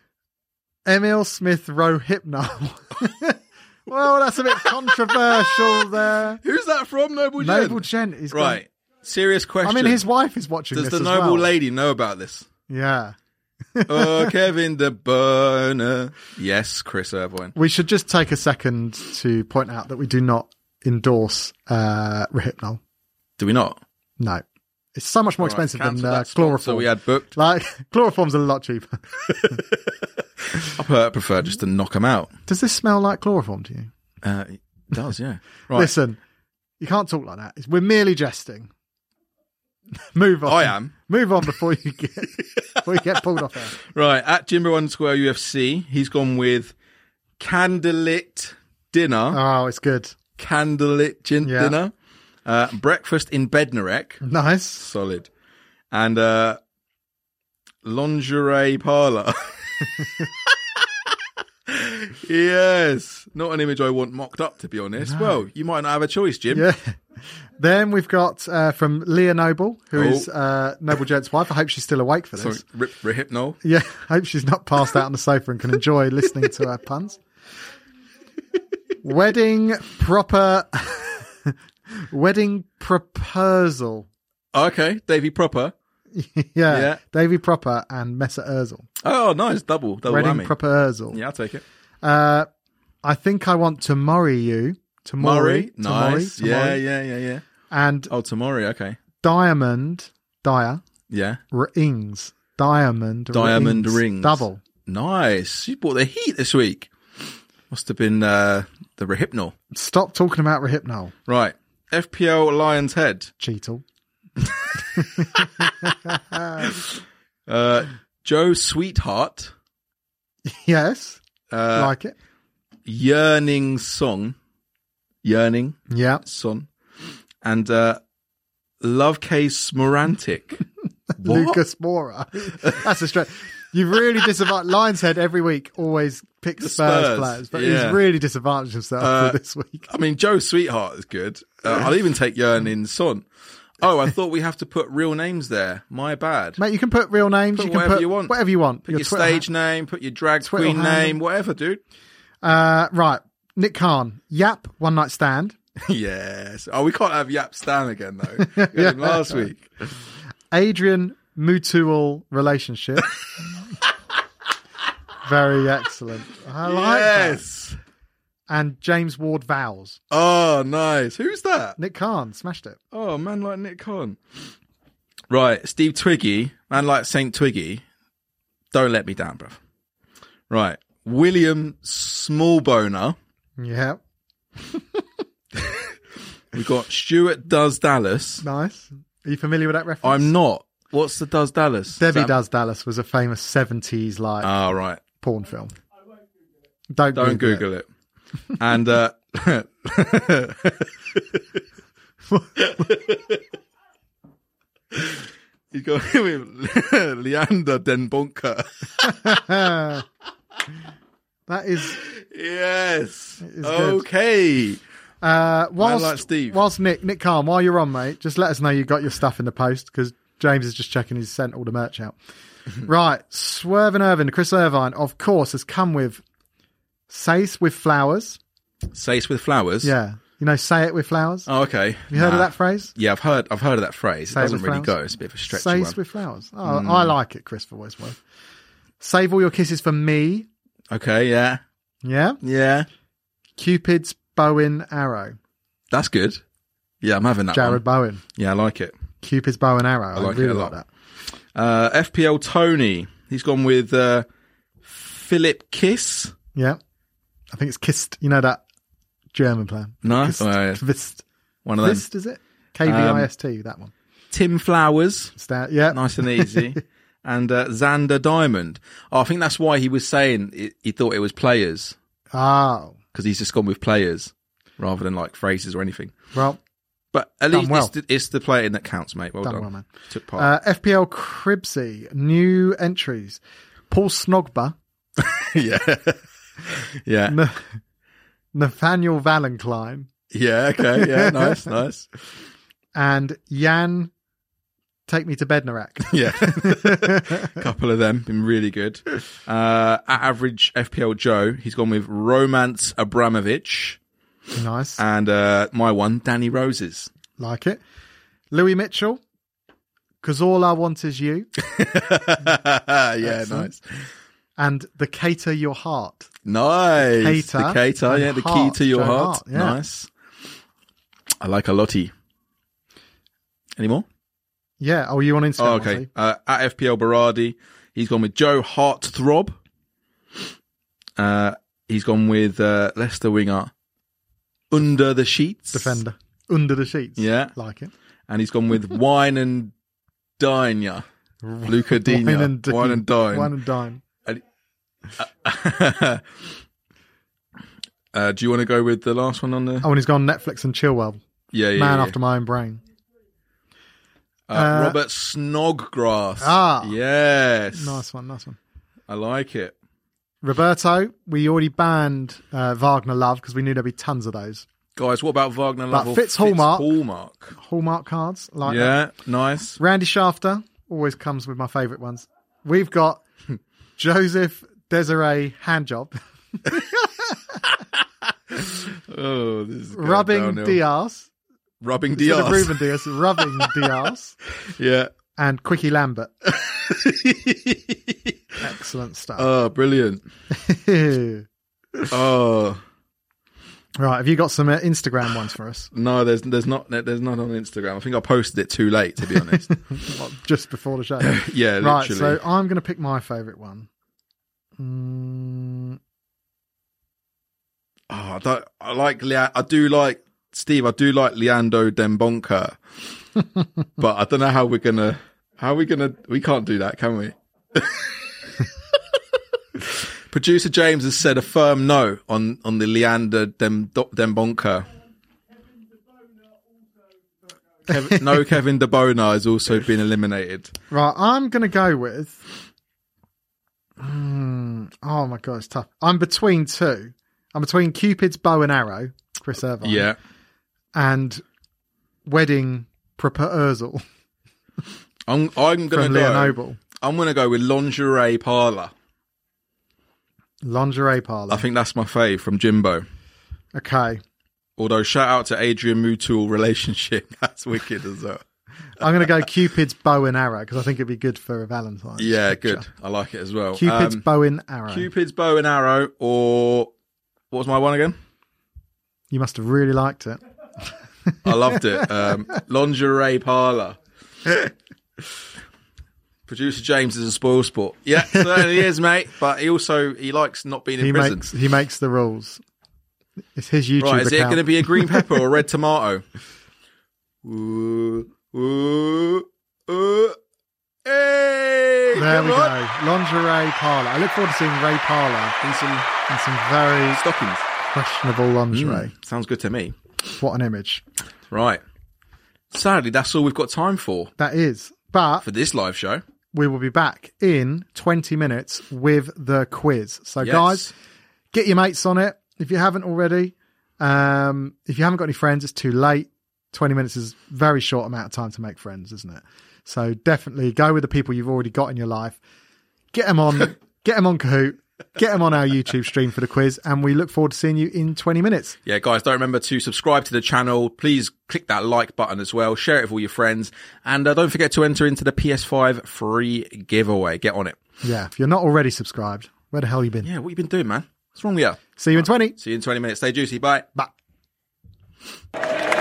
Speaker 1: Emil Smith Rowe Hypnol. well, that's a bit controversial there.
Speaker 2: Who's that from? Noble Jen?
Speaker 1: Noble Gent is
Speaker 2: Right. Serious
Speaker 1: I
Speaker 2: question.
Speaker 1: mean, his wife is watching
Speaker 2: Does
Speaker 1: this
Speaker 2: the
Speaker 1: as
Speaker 2: noble
Speaker 1: well.
Speaker 2: lady know about this?
Speaker 1: Yeah,
Speaker 2: Oh, Kevin De Burner. Yes, Chris Irvine.
Speaker 1: we should just take a second to point out that we do not endorse uh, Rohypnol.
Speaker 2: Do we not?
Speaker 1: No, it's so much more
Speaker 2: All right,
Speaker 1: expensive than
Speaker 2: cancel
Speaker 1: uh,
Speaker 2: that sponsor
Speaker 1: chloroform.
Speaker 2: we had booked.
Speaker 1: like chloroform's a lot cheaper.
Speaker 2: I per- prefer just to knock him out.
Speaker 1: Does this smell like chloroform to you?
Speaker 2: Uh, it does, yeah. Right.
Speaker 1: Listen, you can't talk like that. It's- We're merely jesting. Move on.
Speaker 2: I am.
Speaker 1: Move on before you get before you get pulled off air.
Speaker 2: Right. At Jimbo underscore UFC, he's gone with candlelit dinner.
Speaker 1: Oh, it's good.
Speaker 2: candlelit gin-
Speaker 1: Yeah.
Speaker 2: dinner. Uh, breakfast in Bednarek.
Speaker 1: Nice.
Speaker 2: Solid. And uh, lingerie parlor. yes. Not an image I want mocked up, to be honest. Well, you might not have a choice, Jim.
Speaker 1: Yeah. Then we've got uh, from Leah Noble, who is
Speaker 2: Oh.
Speaker 1: uh, Noble Gent's wife. I hope she's still awake for this.
Speaker 2: Sorry, Rip Rehypnol.
Speaker 1: Yeah, I hope she's not passed out on the sofa and can enjoy listening to her puns. Wedding proper. Wedding proposal.
Speaker 2: Okay, Davy Proper.
Speaker 1: yeah.
Speaker 2: Yeah.
Speaker 1: Davy Proper and Messer Erzl.
Speaker 2: Oh, nice. Double, double
Speaker 1: Wedding
Speaker 2: whammy.
Speaker 1: proper Erzl.
Speaker 2: yeah, I'll take it.
Speaker 1: Uh, I think I want to marry you. To
Speaker 2: Murray.
Speaker 1: marry,
Speaker 2: Nice. yeah, yeah, yeah, yeah.
Speaker 1: And
Speaker 2: Oh, Tamori. Okay.
Speaker 1: diamond, dia
Speaker 2: Yeah.
Speaker 1: rings, diamond,
Speaker 2: Diamond
Speaker 1: rings.
Speaker 2: rings.
Speaker 1: double.
Speaker 2: Nice. You brought the heat this week. Must have been uh, the Rehypnol.
Speaker 1: Stop talking about Rehypnol,
Speaker 2: Right. FPL Lion's Head.
Speaker 1: Cheetle.
Speaker 2: Uh, Joe Sweetheart.
Speaker 1: Yes,
Speaker 2: Uh,
Speaker 1: like it.
Speaker 2: Yearning Song. Yearning
Speaker 1: Yeah,
Speaker 2: Son. And uh, Love Case Morantic. What?
Speaker 1: Lucas Mora. That's a stretch. You've really disadvantaged. Lions Head every week always picks Spurs,
Speaker 2: Spurs,
Speaker 1: players, but
Speaker 2: yeah.
Speaker 1: he's really disadvantaged himself
Speaker 2: Uh,
Speaker 1: for this week.
Speaker 2: I mean, Joe Sweetheart is good. Uh, I'll even take Yearning Son. Oh, I thought we have to put real names there. My bad.
Speaker 1: Mate, you can put real names.
Speaker 2: put
Speaker 1: you can
Speaker 2: whatever
Speaker 1: put
Speaker 2: you want.
Speaker 1: Whatever you want.
Speaker 2: Put your,
Speaker 1: Twitter
Speaker 2: stage name, put your drag
Speaker 1: Twitter
Speaker 2: queen
Speaker 1: handle.
Speaker 2: name, whatever, dude.
Speaker 1: Uh, right. Nick Khan, Yap, One Night Stand,
Speaker 2: yes. Oh, we can't have Yap Stan again, though. We had him last week.
Speaker 1: Adrian Mutual Relationship. Very excellent. I like that.
Speaker 2: yes.
Speaker 1: And James Ward Vows.
Speaker 2: Oh, nice. Who's that?
Speaker 1: Nick Khan smashed it.
Speaker 2: Oh, man like Nick Khan. Right, Steve Twiggy, man like Saint Twiggy. Don't let me down, bruv. Right, William Smallboner.
Speaker 1: Yeah.
Speaker 2: We've got Stuart Does Dallas.
Speaker 1: Nice. Are you familiar with that reference?
Speaker 2: I'm not. What's the Does Dallas?
Speaker 1: Debbie
Speaker 2: Is that-
Speaker 1: Does Dallas was a famous 70s like
Speaker 2: Oh, right.
Speaker 1: porn film. Don't,
Speaker 2: Don't
Speaker 1: it.
Speaker 2: Google it. And, uh, you got with Leander Denbonker.
Speaker 1: That is
Speaker 2: Yes.
Speaker 1: is good.
Speaker 2: Okay.
Speaker 1: Uh, whilst,
Speaker 2: like Steve.
Speaker 1: whilst Nick, Nick Khan, while you're on, mate, just let us know you got your stuff in the post because James is just checking he's sent all the merch out. right, Swervin Irvin, Chris Irvine, of course, has come with Sace with flowers,
Speaker 2: Sace with flowers.
Speaker 1: Yeah. You know, say it with flowers.
Speaker 2: Oh, okay.
Speaker 1: you heard of that phrase?
Speaker 2: Yeah, I've heard. I've heard of that phrase.
Speaker 1: Say it
Speaker 2: it doesn't
Speaker 1: with
Speaker 2: really
Speaker 1: flowers.
Speaker 2: go. It's a bit of a stretchy
Speaker 1: Say
Speaker 2: one. Mm.
Speaker 1: with flowers. Oh, I like it, Chris, for what it's worth. Save all your kisses for me.
Speaker 2: Okay. Yeah.
Speaker 1: Yeah.
Speaker 2: Yeah.
Speaker 1: Cupid's bow and arrow.
Speaker 2: That's good. Yeah, I'm having that.
Speaker 1: Jared
Speaker 2: One.
Speaker 1: Bowen.
Speaker 2: Yeah, I like it.
Speaker 1: Cupid's bow and arrow. I,
Speaker 2: like it
Speaker 1: really
Speaker 2: a
Speaker 1: like
Speaker 2: lot.
Speaker 1: that.
Speaker 2: Uh, FPL Tony. He's gone with uh, Philip Kiss.
Speaker 1: Yeah. I think it's kissed. You know that German plan.
Speaker 2: No,
Speaker 1: Kissed.
Speaker 2: Oh, yeah.
Speaker 1: Kvist.
Speaker 2: one of them.
Speaker 1: Kvist, is it? K-V-I-S-T, that one.
Speaker 2: Tim Flowers.
Speaker 1: Sta- yeah.
Speaker 2: nice and easy. and uh, Xander Diamond. Oh, I think that's why he was saying it, he thought it was players
Speaker 1: Oh,
Speaker 2: because he's just gone with players rather than like phrases or anything.
Speaker 1: well,
Speaker 2: But at
Speaker 1: Done
Speaker 2: least
Speaker 1: well.
Speaker 2: it's, the, it's the playing that counts, mate. Well
Speaker 1: Done
Speaker 2: done,
Speaker 1: well, man.
Speaker 2: Took part.
Speaker 1: uh, FPL Cribsy, new entries. Paul Snogba,
Speaker 2: yeah, yeah,
Speaker 1: N- Nathaniel Valentine,
Speaker 2: yeah. Okay, yeah. Nice, nice.
Speaker 1: and Jan Take Me to Bednarak.
Speaker 2: Yeah, couple of them been really good. Uh, at average FPL Joe, he's gone with Romance Abramovich
Speaker 1: nice.
Speaker 2: and uh, my one Danny Roses.
Speaker 1: like it. Louis Mitchell, because all I want is you,
Speaker 2: yeah,
Speaker 1: Excellent.
Speaker 2: nice.
Speaker 1: and the Cater Your Heart.
Speaker 2: Nice.
Speaker 1: Cater
Speaker 2: the cater,
Speaker 1: and
Speaker 2: yeah, the key
Speaker 1: heart,
Speaker 2: to your
Speaker 1: Joe
Speaker 2: heart.
Speaker 1: Hart, yeah.
Speaker 2: Nice. I like a lottie. Any more?
Speaker 1: Yeah. Oh, you on Instagram?
Speaker 2: Oh,
Speaker 1: was
Speaker 2: okay.
Speaker 1: he?
Speaker 2: Uh, at FPL Berardi, he's gone with Joe Heartthrob. Uh, he's gone with uh, Leicester winger Under the Sheets.
Speaker 1: Defender. Under the sheets.
Speaker 2: Yeah.
Speaker 1: Like it.
Speaker 2: And he's gone with Wine and Dine ya. Luca Dina. Wine and Dine.
Speaker 1: Wine and dine.
Speaker 2: uh, do you want to go with the last one on the?
Speaker 1: Oh, and he's gone Netflix and Chillwell.
Speaker 2: yeah, yeah.
Speaker 1: Man
Speaker 2: yeah.
Speaker 1: after my own brain.
Speaker 2: Uh,
Speaker 1: Uh,
Speaker 2: Robert Snodgrass.
Speaker 1: Ah.
Speaker 2: yes,
Speaker 1: Nice one. Nice one.
Speaker 2: I like it.
Speaker 1: Roberto, we already banned uh, Wagner Love because we knew there'd be tons of those
Speaker 2: Guys, what about Wagner
Speaker 1: But
Speaker 2: Love? or
Speaker 1: Fitz Hallmark.
Speaker 2: Hallmark.
Speaker 1: Hallmark cards. Like that.
Speaker 2: Yeah, nice.
Speaker 1: Randy Shafter always comes with my favourite ones. We've got Joseph Desiree Handjob,
Speaker 2: Oh, this is going
Speaker 1: rubbing
Speaker 2: downhill.
Speaker 1: Diaz,
Speaker 2: Rubbing
Speaker 1: instead of
Speaker 2: Diaz.
Speaker 1: Ruben Diaz, rubbing Diaz,
Speaker 2: Yeah.
Speaker 1: and Quickie Lambert. Excellent stuff.
Speaker 2: oh, brilliant. Uh, Oh
Speaker 1: right, have you got some uh, Instagram ones for us?
Speaker 2: no, there's there's not there's not on Instagram. I think I posted it too late, to be honest.
Speaker 1: What, Just before the show.
Speaker 2: yeah,
Speaker 1: right,
Speaker 2: literally.
Speaker 1: so I'm going to pick my favourite one. Mm,
Speaker 2: Oh, I, don't, I like Lea- I do like Steve. I do like Leandro Dembonka, but I don't know how we're gonna. How are we gonna? We can't do that, can we? Producer James has said a firm no on on the Leander Dem, Do- Dembonka. Kevin, no, Kevin De Bona has also been eliminated.
Speaker 1: right, I'm going to go with. Mm, oh my God, it's tough. I'm between two. I'm between Cupid's Bow and Arrow, Chris Irvine,
Speaker 2: Yeah,
Speaker 1: and Wedding Proposal
Speaker 2: I'm I'm gonna
Speaker 1: from
Speaker 2: go.
Speaker 1: Leah Noble.
Speaker 2: I'm gonna go with lingerie parlor.
Speaker 1: Lingerie
Speaker 2: I
Speaker 1: Parlour.
Speaker 2: think that's my fave from Jimbo.
Speaker 1: Okay.
Speaker 2: Although shout out to Adrian Mutual relationship, that's wicked as well.
Speaker 1: I'm going to go Cupid's Bow and Arrow because I think it'd be good for a Valentine's.
Speaker 2: Yeah,
Speaker 1: picture.
Speaker 2: good. I like it as well.
Speaker 1: Cupid's
Speaker 2: Um,
Speaker 1: Bow and Arrow.
Speaker 2: Cupid's bow and arrow, or what was my one again?
Speaker 1: You must have really liked it.
Speaker 2: I loved it. Um, lingerie parlor. Producer James is a spoil sport. Yeah, certainly is, mate. But he also he likes not being in
Speaker 1: He
Speaker 2: prison.
Speaker 1: makes he makes the rules. It's his YouTube
Speaker 2: Right, is it
Speaker 1: account.
Speaker 2: going to be a green pepper or a red tomato? Ooh, ooh, ooh. Hey,
Speaker 1: there
Speaker 2: come
Speaker 1: we
Speaker 2: on.
Speaker 1: go. Lingerie Parlour. I look forward to seeing Ray Parlour
Speaker 2: And some
Speaker 1: in some very
Speaker 2: stockings.
Speaker 1: questionable lingerie.
Speaker 2: Sounds good to me. Hmm.
Speaker 1: What an image
Speaker 2: Right. Sadly, that's all we've got time for
Speaker 1: that is. But
Speaker 2: for this live show.
Speaker 1: we will be back in 20 minutes with the quiz. So,
Speaker 2: Yes.
Speaker 1: Uh, guys, get your mates on it if you haven't already. Um, if you haven't got any friends, it's too late. 20 minutes is a very short amount of time to make friends, isn't it? So definitely go with the people you've already got in your life. Get them on, get them on Kahoot. Get them on our YouTube stream for the quiz, and we look forward to seeing you in 20 minutes.
Speaker 2: Yeah, guys, don't remember to subscribe to the channel. Please click that like button as well. Share it with all your friends. And uh, don't forget to enter into the PS5 free giveaway. Get on it.
Speaker 1: Yeah, if you're not already subscribed, where the hell you been?
Speaker 2: Yeah, what you been doing, man? What's wrong with you?
Speaker 1: See you in 20.
Speaker 2: See you in 20 minutes. Stay juicy. Bye.
Speaker 1: Bye.